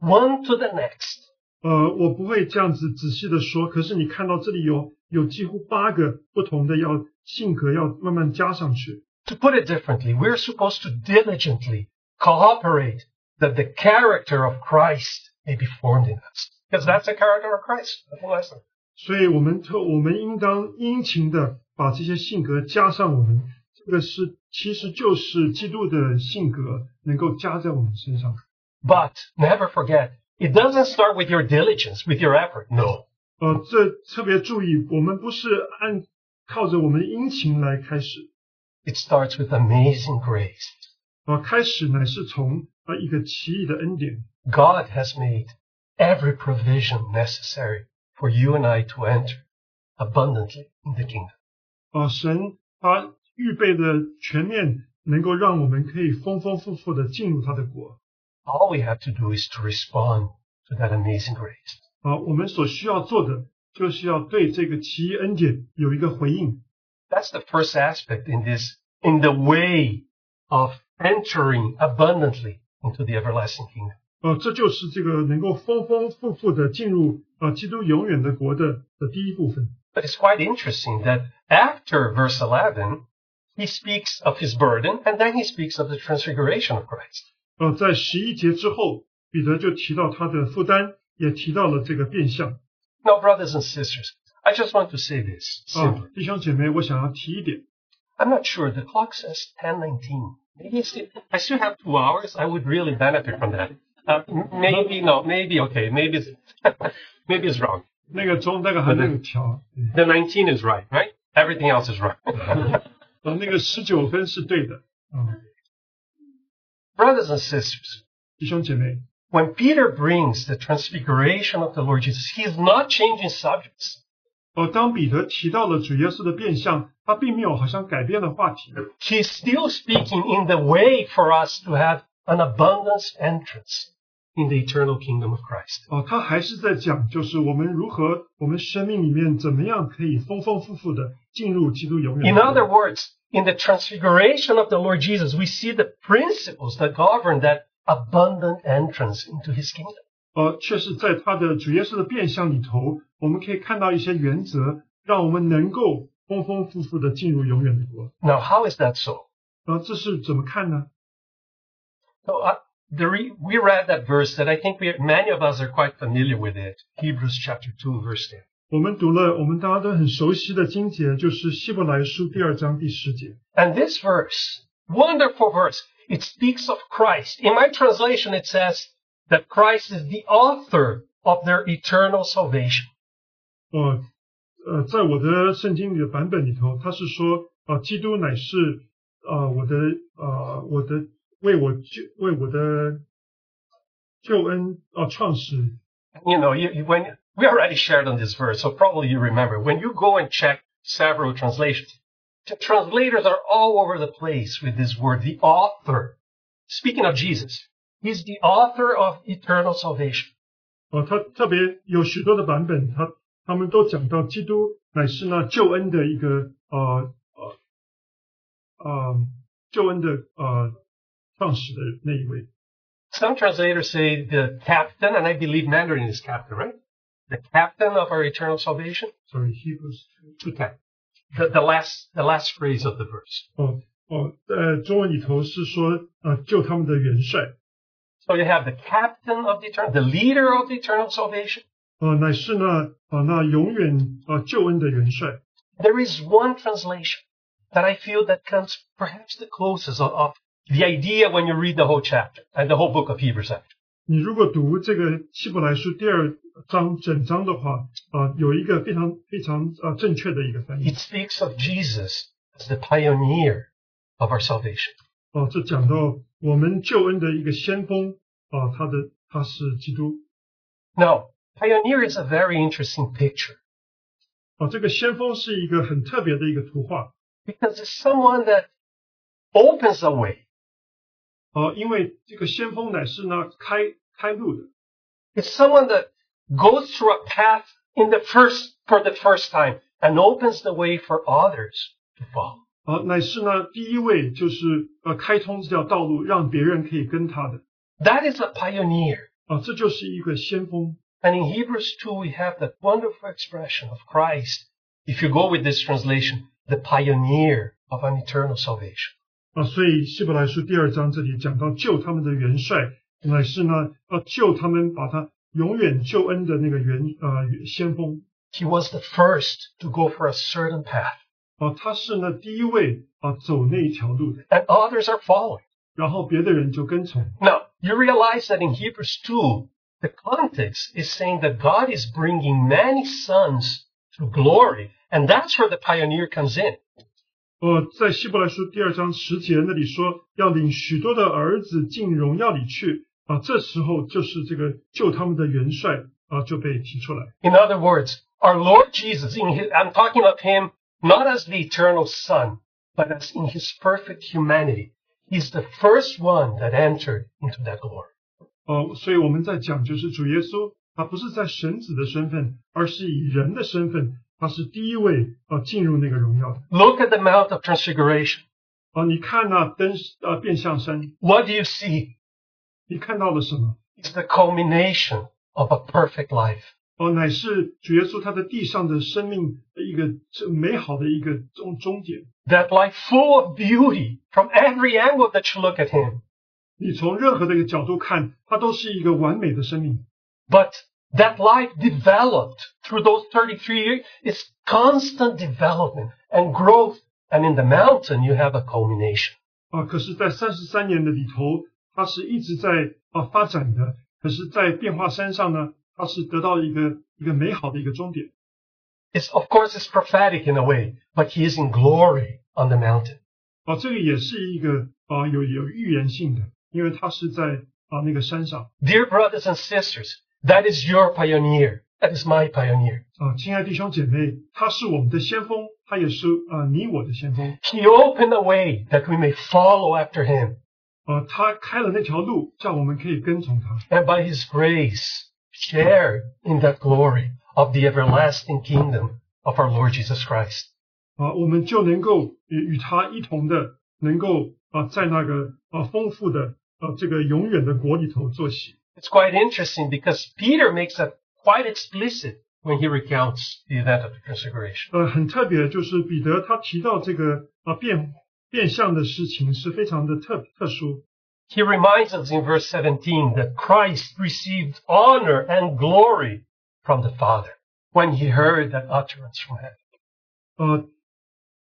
Speaker 1: one to the next.
Speaker 2: 呃，我不会这样子仔细的说，可是你看到这里有有几乎八个不同的要性格要慢慢加上去。
Speaker 1: To put it differently, we're supposed to diligently cooperate that the character of Christ may be formed in us. Because that's the character of Christ. nothing less than.
Speaker 2: 所以我们特我们应当殷勤的把这些性格加上我们，这个是其实就是基督的性格能够加在我们身上。
Speaker 1: But never forget, it doesn't start with your diligence, with your effort. No.
Speaker 2: 呃，这特别注意，我们不是按靠着我们的殷勤来开始，
Speaker 1: It starts with amazing grace.
Speaker 2: 呃，开始乃是从呃一个奇异的恩典，
Speaker 1: God has made every provision necessary for you and I to enter abundantly in the kingdom.
Speaker 2: 呃，神他预备的全面，能够让我们可以丰丰富富的进入他的国。
Speaker 1: All we have to do is to respond to that amazing grace.
Speaker 2: 啊，我们所需要做的就是要对这个奇异恩典有一个回应。
Speaker 1: That's the first aspect in this, in the way of entering abundantly into the everlasting kingdom.
Speaker 2: 呃，这就是这个能够丰丰富富的进入呃基督永远的国的的第一部分。
Speaker 1: But it's quite interesting that after verse 11, he speaks of his burden and then he speaks of the transfiguration of Christ.
Speaker 2: 呃，在十一节之后，彼得就提到他的负担，也提到了这个变相。
Speaker 1: Now, brothers and sisters, I just want to say this
Speaker 2: 啊
Speaker 1: simply.，
Speaker 2: 弟兄姐妹，我想要提一点，
Speaker 1: I'm not sure. The clock says 10:19. Maybe I still, I still have two hours. I would really benefit from that. Uh, m- maybe no. Maybe okay. Maybe it's maybe it's wrong.
Speaker 2: 那个钟大概还没有调，嗯
Speaker 1: The 19 is right, right? Everything else is wrong.
Speaker 2: 呃，那个十九分是对的。啊、
Speaker 1: Brothers and sisters,
Speaker 2: 弟兄姐妹，
Speaker 1: when Peter brings the transfiguration of the Lord Jesus, he's not changing subjects.
Speaker 2: 呃，当彼得提到了主耶稣的变相，他并没有好像改变了话题。
Speaker 1: He's still speaking in the way for us to have an abundance entrance in the eternal kingdom of Christ.
Speaker 2: 哦，他还是在讲，就是我们如何，我们生命里面怎么样可以丰丰富富的进入基督永远
Speaker 1: In
Speaker 2: 的国。
Speaker 1: other words, in the transfiguration of the Lord Jesus, we see the principles that govern that abundant entrance into his kingdom.
Speaker 2: 呃，却是在他的主耶稣的变相里头，我们可以看到一些原则，让我们能够丰丰富富的进入永远的国。
Speaker 1: Now, how is that so?
Speaker 2: 呃，这是怎么看呢？
Speaker 1: So, uh, the re- we read that verse that I think we, many of us are quite familiar with it. Hebrews chapter 2, verse 10.
Speaker 2: 我们读了，我们大家都很熟悉的经节，就是希伯来书第二章第十节。
Speaker 1: And this verse, wonderful verse, it speaks of Christ. In my translation, it says that Christ is the author of their eternal salvation.
Speaker 2: 呃呃，在我的圣经里的版本里头，它是说，呃，基督乃是呃我的呃我的为我救为我的救恩呃创始。
Speaker 1: you know, you, you- when we already shared on this verse, so probably you remember when you go and check several translations, the translators are all over the place with this word, the author. Speaking of Jesus, he's the author of eternal salvation.
Speaker 2: 呃，它特别有许多的版本，它他们都讲到基督乃是那救恩的一个呃呃呃救恩的呃创始的那一位。
Speaker 1: Some translators say the captain, and I believe Mandarin is captain, right? The captain of our eternal salvation.
Speaker 2: Sorry, Hebrews two.
Speaker 1: Okay. The, the last, the last phrase of the verse.
Speaker 2: 哦哦，呃，中文里头是说呃救他们的元帅。
Speaker 1: So you have the captain of the eternal, the leader of the eternal salvation.
Speaker 2: 呃，乃是呢，呃，那永远呃救恩的元帅。
Speaker 1: there is one translation that I feel that comes perhaps the closest of, of the idea when you read the whole chapter and the whole book of Hebrews. Actually.
Speaker 2: 你如果读这个希伯来书第二章整章的话，呃，有一个非常非常呃正确的一个翻译
Speaker 1: It。speaks of Jesus as the pioneer of our salvation.
Speaker 2: 哦、这讲到我们救恩的一个先锋，啊、他的他是基督。
Speaker 1: Now, pioneer is a very interesting picture
Speaker 2: 啊、这个先锋是一个很特别的一个图画。
Speaker 1: because it's someone that opens a way.
Speaker 2: 啊、因为这个先锋乃是呢开开路的，
Speaker 1: It's someone that goes through a path in the first for the first time and opens the way for others to follow.
Speaker 2: 啊、乃是呢第一位就是呃开通这条道路，让别人可以跟他的。
Speaker 1: That is a pioneer.
Speaker 2: 啊、这就是一个先锋。
Speaker 1: And in Hebrews 2, we have that wonderful expression of Christ. If you go with this translation, the pioneer of an eternal salvation.
Speaker 2: 啊，所以希伯来书第二章这里讲到救他们的元帅，乃是呢，要救他们，把他永远救恩的那个元呃先锋
Speaker 1: He was the first to go for a certain path,
Speaker 2: 啊，他是那第一位啊走那一条路的，
Speaker 1: and others are following.
Speaker 2: 然后别的人就跟从。
Speaker 1: Now, you realize that in Hebrews 2, the context is saying that God is bringing many sons to glory, and that's where the pioneer comes in.
Speaker 2: 呃，在希伯来书第二章十节那里说，要领许多的儿子进荣耀里去啊。这时候就是这个救他们的元帅啊就被提出来。
Speaker 1: In other words, our Lord Jesus, in his, I'm talking of him not as the eternal Son, but as in his perfect humanity. He's the first one that entered into that glory.
Speaker 2: 呃，所以我们在讲就是主耶稣，他不是在神子的身份，而是以人的身份，他是第一位啊进入那个荣耀的。
Speaker 1: Look at the Mount of Transfiguration.
Speaker 2: 啊，你看那、登啊变相山，
Speaker 1: What do you see?
Speaker 2: 你看到了什么？
Speaker 1: It's the culmination of a perfect life.
Speaker 2: 哦，乃是主耶稣他在地上的生命的一个这美好的一个终终点。
Speaker 1: That life full of beauty from every angle that you look at him.
Speaker 2: 你从任何的一个角度看，它都是一个完美的生命。
Speaker 1: But that life developed through those 33 years. It's constant development and growth. And in the mountain, you have a culmination.
Speaker 2: 啊，可是，在三十三年的里头，它是一直在啊发展的。可是，在变化山上呢，它是得到一个一个美好的一个终点。
Speaker 1: It's, of course, it's prophetic in a way, but he is in glory on the mountain.
Speaker 2: 啊，这个也是一个啊有有预言性的，因为它是在啊那个山上
Speaker 1: Dear brothers and sisters, that is your pioneer. That is my pioneer.
Speaker 2: 啊。亲爱弟兄姐妹，他是我们的先锋，他也是啊你我的先锋
Speaker 1: He opened a way that we may follow after him.
Speaker 2: 啊。他开了那条路，叫我们可以跟从他。
Speaker 1: and by his grace share in that glory of the everlasting kingdom of our Lord Jesus Christ.
Speaker 2: 啊，我们就能够与与他一同的，能够啊，在那个啊丰富的啊这个永远的国里头坐席。
Speaker 1: It's quite interesting because Peter makes that quite explicit when he recounts the event of the Transfiguration.
Speaker 2: 呃，很特别，就是彼得他提到这个啊变变相的事情是非常的特特殊。
Speaker 1: He reminds us in verse 17 that Christ received honor and glory from the Father when he heard that utterance from heaven.
Speaker 2: 呃，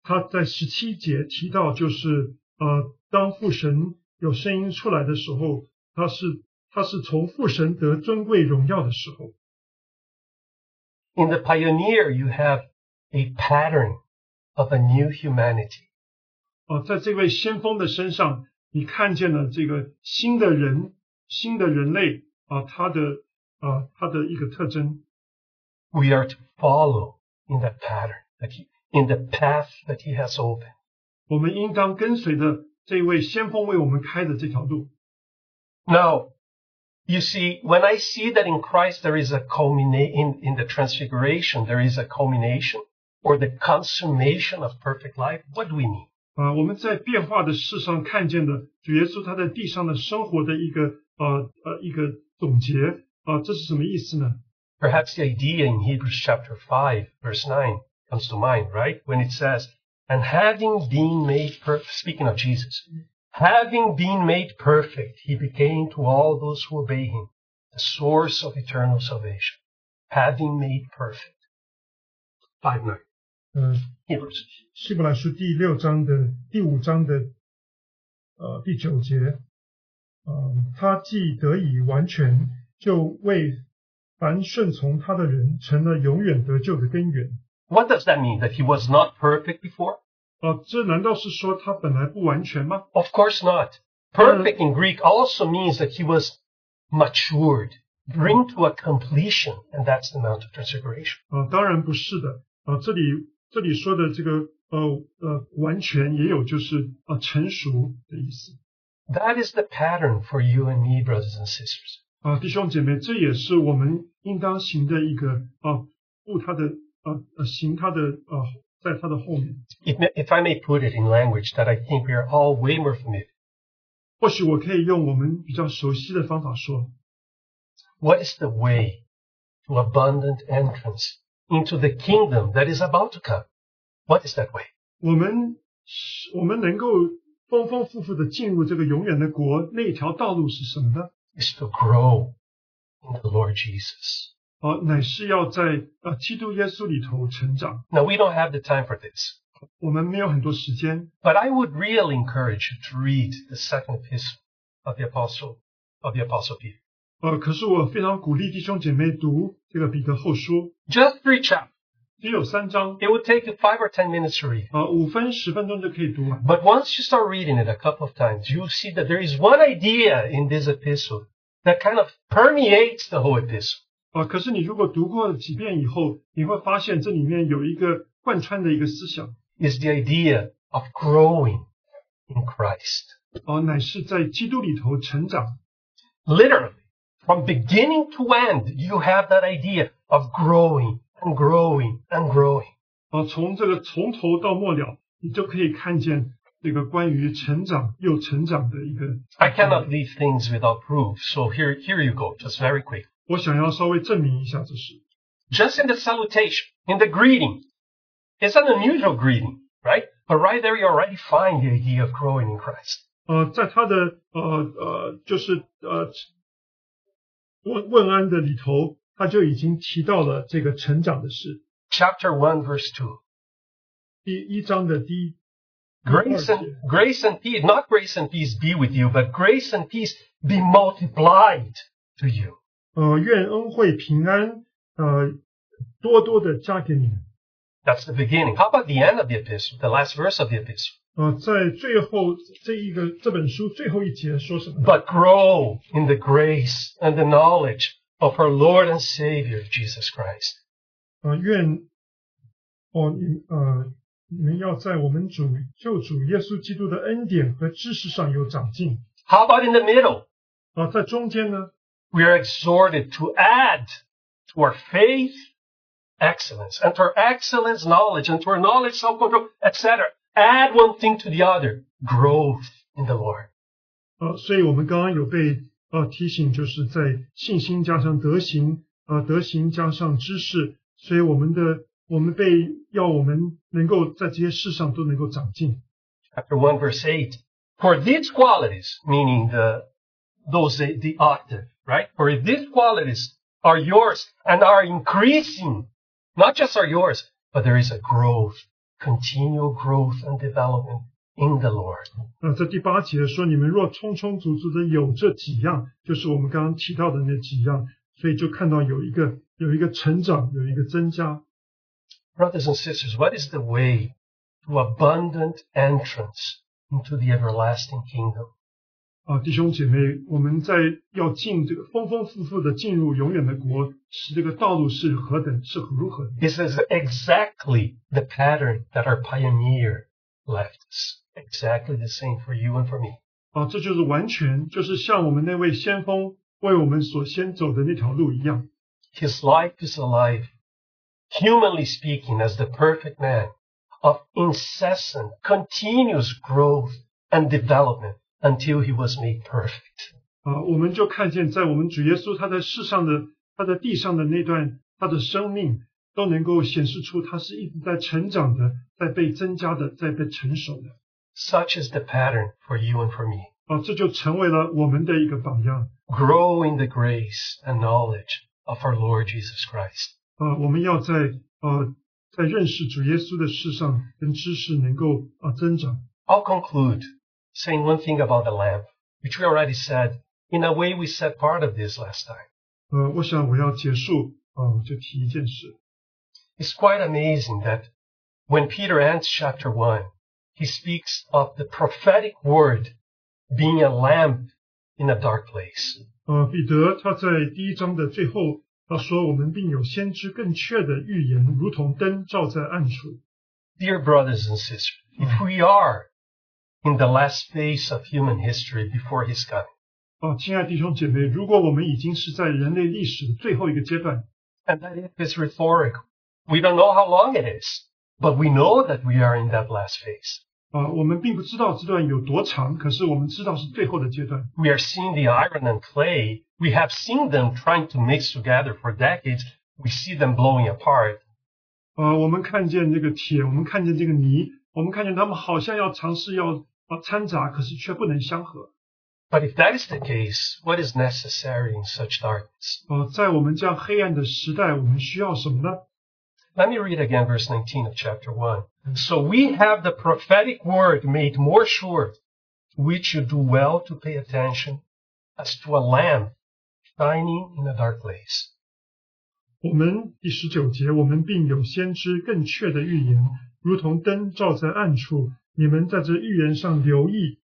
Speaker 2: 他在十七节提到，就是呃，当父神有声音出来的时候，他是他是从父神得尊贵荣耀的时候。
Speaker 1: In the pioneer, you have a pattern of a new humanity.
Speaker 2: 哦，在这位先锋的身上，你看见了这个新的人、新的人类啊，他的啊，他的一个特征
Speaker 1: we are to follow in that pattern that he, in the path that he has opened.
Speaker 2: 我们应当跟随着这位先锋为我们开的这条路。
Speaker 1: Now, you see, when I see that in Christ there is a culmination, in, in the transfiguration, there is a culmination or the consummation of perfect life, what do we need?
Speaker 2: 啊，我们在变化的世上看见的主耶稣他在地上的生活的一个呃呃一个总结啊，这是什么意思呢？
Speaker 1: Perhaps the idea in Hebrews chapter 5, verse 9 comes to mind, right? When it says, and having been made perfect, speaking of Jesus, having been made perfect, he became to all those who obey him the source of eternal salvation. Having made perfect. 5 9.
Speaker 2: 嗯、
Speaker 1: Hebrews.
Speaker 2: 希伯来书第六章的第五章的呃第九节，呃，他既得以完全，就为凡顺从他的人成了永远得救的根源。
Speaker 1: What does that mean? That he was not perfect before?
Speaker 2: 啊，这难道是说他本来不完全吗？
Speaker 1: Of course not. Perfect in Greek also means that he was matured, bring to a completion, and that's the Mount of Transfiguration.
Speaker 2: 啊，当然不是的。啊，这里这里说的这个呃呃完全也有就是啊成熟的意思。
Speaker 1: That is the pattern for you and me, brothers and sisters.
Speaker 2: 啊，弟兄姐妹，这也是我们应当行的一个啊，步他的啊呃行他的啊，在他的后面。
Speaker 1: If, if I may put it in language that I think we are all way more familiar,
Speaker 2: 或许我可以用我们比较熟悉的方法说，
Speaker 1: what is the way to abundant entrance into the kingdom that is about to come? What is that way?
Speaker 2: 我们我们能够丰丰富富的进入这个永远的国，那一条道路是什么呢？
Speaker 1: Is to grow in the Lord Jesus.
Speaker 2: 呃，乃是要在呃基督耶稣里头成长。
Speaker 1: Now, we don't have the time for this,
Speaker 2: 我们没有很多时间，
Speaker 1: but I would really encourage you to read the second epistle of the apostle of the apostle Peter.
Speaker 2: 呃，可是我非常鼓励弟兄姐妹读这个彼得后书，
Speaker 1: Just three chapters.
Speaker 2: 只有三章，
Speaker 1: It would take you five or ten minutes to read.
Speaker 2: 呃，五分十分钟就可以读完。
Speaker 1: But once you start reading it a couple of times, you'll see that there is one idea in this epistle that kind of permeates the whole epistle.
Speaker 2: 呃，可是你如果读过几遍以后，你会发现这里面有一个贯穿的一个思想，
Speaker 1: It's the idea of growing in Christ.
Speaker 2: 呃，乃是在基督里头成长。
Speaker 1: Literally, from beginning to end, you have that idea of growing and growing and growing.
Speaker 2: 呃，从这个从头到末了，你就可以看见这个关于成长又成长的一个。
Speaker 1: I cannot leave things without proof, so here, here you go, just very quick.
Speaker 2: 我想要稍微证明一下这是。
Speaker 1: Just in the salutation, in the greeting, it's an unusual greeting, right? But right there, you already find the idea of growing in Christ.
Speaker 2: 呃，在他的呃呃，就是呃问问安的里头，他就已经提到了这个成长的事。
Speaker 1: Chapter 1, verse 2.
Speaker 2: 第一章的第一
Speaker 1: Grace
Speaker 2: 第二
Speaker 1: and,
Speaker 2: 节
Speaker 1: grace and peace, not grace and peace be with you, but grace and peace be multiplied to you.
Speaker 2: 呃，愿恩惠平安呃多多的加给你们。
Speaker 1: That's the beginning. How about the end of the epistle, the last verse of the epistle?
Speaker 2: 呃，在最后这一个这本书最后一节说什么呢？
Speaker 1: But grow in the grace and the knowledge of our Lord and Savior, Jesus Christ.
Speaker 2: 呃，愿哦你呃你们要在我们主救主耶稣基督的恩典和知识上有长进。
Speaker 1: How about in the middle?
Speaker 2: 啊、在中间呢，
Speaker 1: We are exhorted to add to our faith excellence, and to our excellence knowledge, and to our knowledge self-control, etc. Add one thing to the other. Growth in the Lord.
Speaker 2: 呃，所以我们刚刚有被呃提醒，就是在信心加上德行，呃，德行加上知识，所以我们的我们被要我们能够在这些事上都能够长进。
Speaker 1: Chapter 1 verse 8. For these qualities, meaning the, those, the, the octave, right? For if these qualities are yours and are increasing, not just are yours, but there is a growth, continual growth and development in the Lord.
Speaker 2: 呃，在第八节说，你们若充充足足的有这几样，就是我们刚刚提到的那几样，所以就看到有一个有一个成长，有一个增加。
Speaker 1: Brothers and sisters, what is the way to abundant entrance into the everlasting kingdom?
Speaker 2: 啊，弟兄姐妹，我们在要进这个丰丰富富的进入永远的国，是这个道路是何等是如何的？
Speaker 1: This is exactly the pattern that our pioneer left us. Exactly the same for you and for me.
Speaker 2: 啊，这就是完全就是像我们那位先锋为我们所先走的那条路一样。
Speaker 1: His life is alive, humanly speaking, as the perfect man of incessant, continuous growth and development until he was made perfect.
Speaker 2: 啊，我们就看见在我们主耶稣他在世上的他在地上的那段他的生命，都能够显示出他是一直在成长的，在被增加的，在被成熟的。
Speaker 1: Such is the pattern for you and for me.
Speaker 2: 啊，这就成为了我们的一个榜样。
Speaker 1: Grow in the grace and knowledge of our Lord Jesus Christ.
Speaker 2: 啊，我们要在呃在认识主耶稣的事上跟知识能够啊增长。
Speaker 1: I'll conclude saying one thing about the lamp, which we already said. In a way, we said part of this last time.
Speaker 2: 呃，我想我要结束啊，我就提一件事。
Speaker 1: It's quite amazing that when Peter ends chapter 1, he speaks of the prophetic word being a lamp in a dark place.
Speaker 2: 呃，彼得他在第一章的最后，他说：“我们并有先知更确的预言，如同灯照在暗处。
Speaker 1: Dear brothers and sisters, if we are in the last phase of human history before his coming, ”
Speaker 2: 啊，亲爱弟兄姐妹，如果我们已经是在人类历史的最后一个阶段，
Speaker 1: and that if is rhetorical, we don't know how long it is, but we know that we are in that last phase.
Speaker 2: 啊，我们并不知道这段有多长，可是我们知道是最后的阶段。
Speaker 1: We are seeing the iron and clay. We have seen them trying to mix together for decades. We see them blowing apart.
Speaker 2: 啊，我们看见这个铁，我们看见这个泥，我们看见他们好像要尝试要啊掺杂，可是却不能相合。
Speaker 1: But if that is the case, what is necessary in such darkness?
Speaker 2: 呃，在我们这样黑暗的时代，我们需要什么呢？
Speaker 1: Let me read again verse 19 of chapter 1. So we have the prophetic word made more sure, which you do well to pay attention as to a lamp shining in a dark place.
Speaker 2: 我们第十九节，我们并有先知更确的预言，如同灯照在暗处。你们在这预言上留意，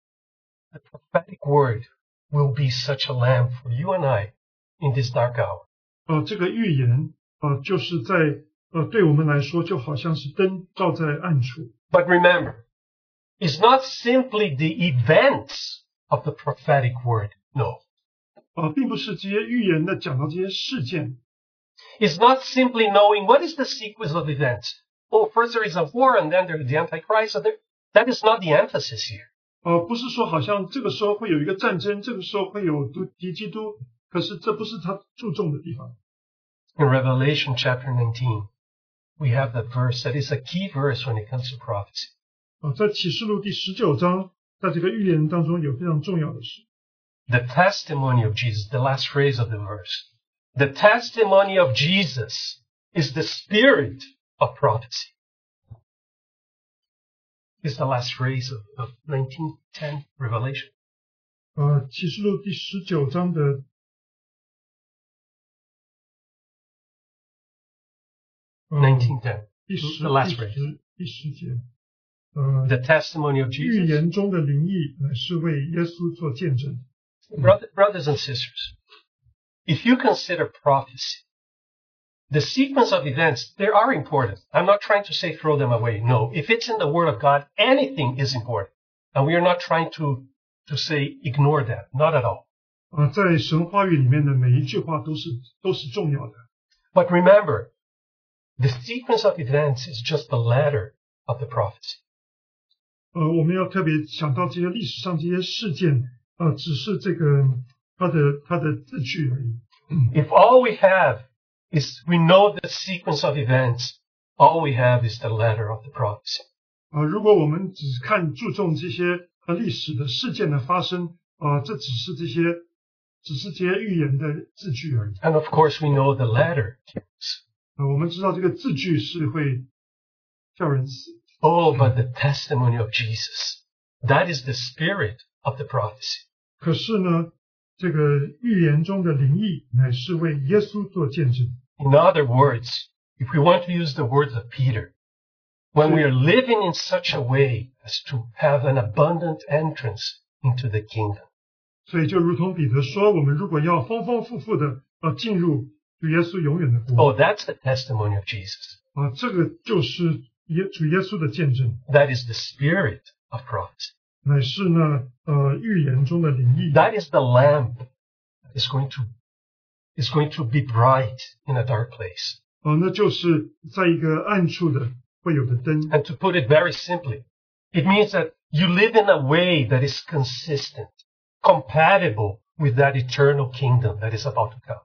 Speaker 1: The prophetic word will be such a lamp for you and I in this dark hour.
Speaker 2: 呃，这个预言，呃，就是在呃，对我们来说，就好像是灯照在暗处。
Speaker 1: But remember, it's not simply the events of the prophetic word. No.
Speaker 2: 呃，并不是这些预言的讲到这些事件，
Speaker 1: It's not simply knowing what is the sequence of events. Oh, first there is a war and then there is the Antichrist. and there- That is not the emphasis here.
Speaker 2: 呃，不是说好像这个时候会有一个战争，这个时候会有敌敌基督，可是这不是他注重的地方。
Speaker 1: In Revelation chapter 19, we have that verse that is a key verse when it comes to prophecy.
Speaker 2: 啊，在启示录第十九章，在这个预言当中有非常重要的事，
Speaker 1: The testimony of Jesus, the last phrase of the verse. The testimony of Jesus is the spirit of prophecy. Is the last phrase of, of 1910 Revelation.
Speaker 2: 呃，启示录第十九章的呃
Speaker 1: 1910.
Speaker 2: 第十
Speaker 1: the last
Speaker 2: 第
Speaker 1: phrase
Speaker 2: 十第十节，呃，
Speaker 1: The testimony of
Speaker 2: 预
Speaker 1: Jesus.
Speaker 2: 言中的灵异乃是为耶稣做见证。
Speaker 1: Broth- Brothers and sisters, if you consider prophecy, the sequence of events, they are important. I'm not trying to say throw them away. No, if it's in the Word of God, anything is important. And we are not trying to, to say ignore them. Not at all.
Speaker 2: 啊、在神话语里面的每一句话都是都是重要的。
Speaker 1: But remember, the sequence of events is just the letter of the prophecy.
Speaker 2: 呃，我们要特别想到这些历史上这些事件，呃，只是这个它的它的字句而已。
Speaker 1: If all we have is we know the sequence of events, all we have is the letter of the prophecy.
Speaker 2: 啊、如果我们只看注重这些呃历史的事件的发生，啊、这只是这些只是这些预言的字句而已。
Speaker 1: And of course, we know the letter kills.
Speaker 2: 呃，我们知道这个字句是会叫人死。
Speaker 1: Oh, but the testimony of Jesus. That is the spirit of the prophecy.
Speaker 2: 可是呢，这个预言中的灵异乃是为耶稣做见证。
Speaker 1: In other words, if we want to use the words of Peter, when we are living in such a way as to have an abundant entrance into the kingdom.
Speaker 2: 所以就如同彼得说，我们如果要丰丰富富的呃进入主耶稣永远的国。
Speaker 1: Oh, that's the testimony of Jesus.
Speaker 2: 啊，这个就是耶主耶稣的见证，
Speaker 1: That is the spirit of prophecy.
Speaker 2: 乃是呢呃预言中的灵异，
Speaker 1: That is the lamp that is going to, is going to be bright in a dark place.
Speaker 2: 啊，那就是在一个暗处的会有的灯，
Speaker 1: And to put it very simply, it means that you live in a way that is consistent, compatible with that eternal kingdom that is about to come.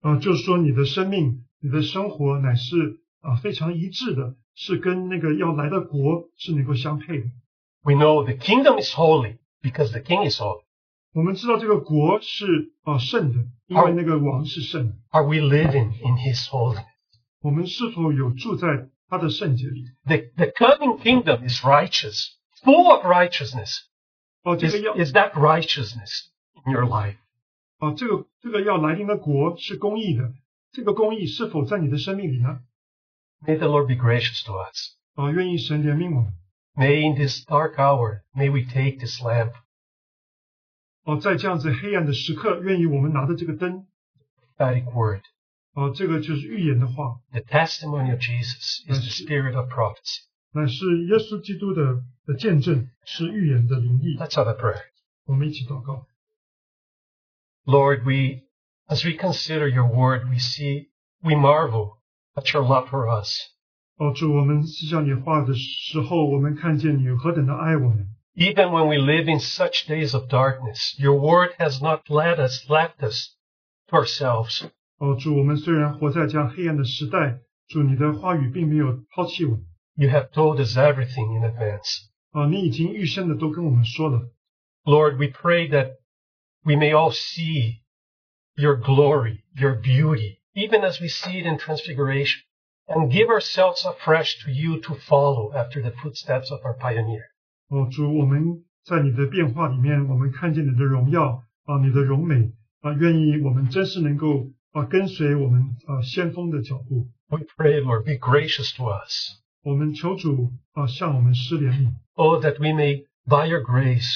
Speaker 2: 啊，就是说你的生命、你的生活乃是啊非常一致的，是跟那个要来的国是能够相配的。
Speaker 1: We know the kingdom is holy because the king is holy.
Speaker 2: 我们知道这个国是啊圣的，因为那个王是圣的。
Speaker 1: Are we living in his holiness?
Speaker 2: 我们是否有住在他的圣洁里？
Speaker 1: The, the coming kingdom is righteous, full of righteousness.
Speaker 2: 哦、这
Speaker 1: Is,
Speaker 2: 个要
Speaker 1: is that righteousness in your life?
Speaker 2: 啊，这个这个要来临的国是公义的，这个公义是否在你的生命里呢？
Speaker 1: May the Lord be gracious to us.
Speaker 2: 啊，愿意神怜悯我们。
Speaker 1: May in this dark hour, may we take this lamp,
Speaker 2: 哦，在这样子黑暗的时刻，愿意我们拿着这个灯，
Speaker 1: prophetic word.
Speaker 2: 哦，这个就是预言的话，
Speaker 1: The testimony of Jesus is the
Speaker 2: Yes.
Speaker 1: spirit of prophecy.
Speaker 2: 乃是耶稣基督的的见证，是预言的灵意。
Speaker 1: Let's have a prayer.
Speaker 2: 我们一起祷告，
Speaker 1: Lord, we, as we consider your word, we see, we marvel at your love for us.
Speaker 2: 哦，主，我们思想你话的时候，我们看见你何等的爱我们。
Speaker 1: Even when we live in such days of darkness, your word has not led us, left us to ourselves.
Speaker 2: 哦，主，我们虽然活在这样黑暗的时代，主，你的话语并没有抛弃我们。哦
Speaker 1: You have told us everything in advance.
Speaker 2: 啊，你已经预先的都跟我们说了。
Speaker 1: Lord, we pray that we may all see your glory, your beauty, even as we see it in Transfiguration, and give ourselves afresh to you to follow after the footsteps of our pioneer.
Speaker 2: 哦，主，我们在你的变化里面，我们看见你的荣耀啊，你的荣美啊，愿意我们真是能够啊，跟随我们啊先锋的脚步。
Speaker 1: We pray, Lord, be gracious to us.
Speaker 2: 我们求主啊，向我们施怜悯，
Speaker 1: Oh, that we may, by your grace,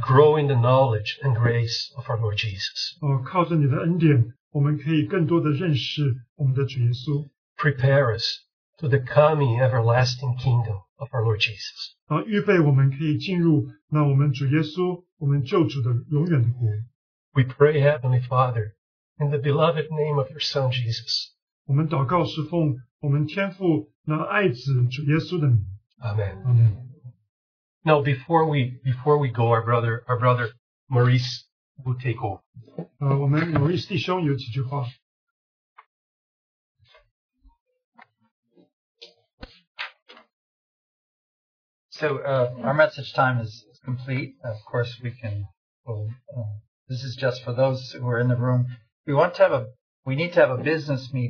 Speaker 1: grow in the knowledge and grace of our Lord Jesus.
Speaker 2: 哦、靠着你的恩典，我们可以更多的认识我们的主耶稣，
Speaker 1: Prepare us to the coming everlasting kingdom of our Lord Jesus.
Speaker 2: 啊，预备我们可以进入那我们主耶稣，我们救主的永远的国。
Speaker 1: We pray, Heavenly Father, in the beloved name of your Son Jesus.
Speaker 2: 我们祷告是奉我们天父那爱子主耶稣的名，
Speaker 1: Amen.
Speaker 2: 阿门。
Speaker 1: Now, before we before we go, our brother our brother Maurice will take over.
Speaker 2: 呃，我们某一弟兄有几句话，
Speaker 3: So uh, our message time is is complete. Of course, we can. We'll, uh, this is just for those who are in the room. We want to have a. We need to have a business meeting.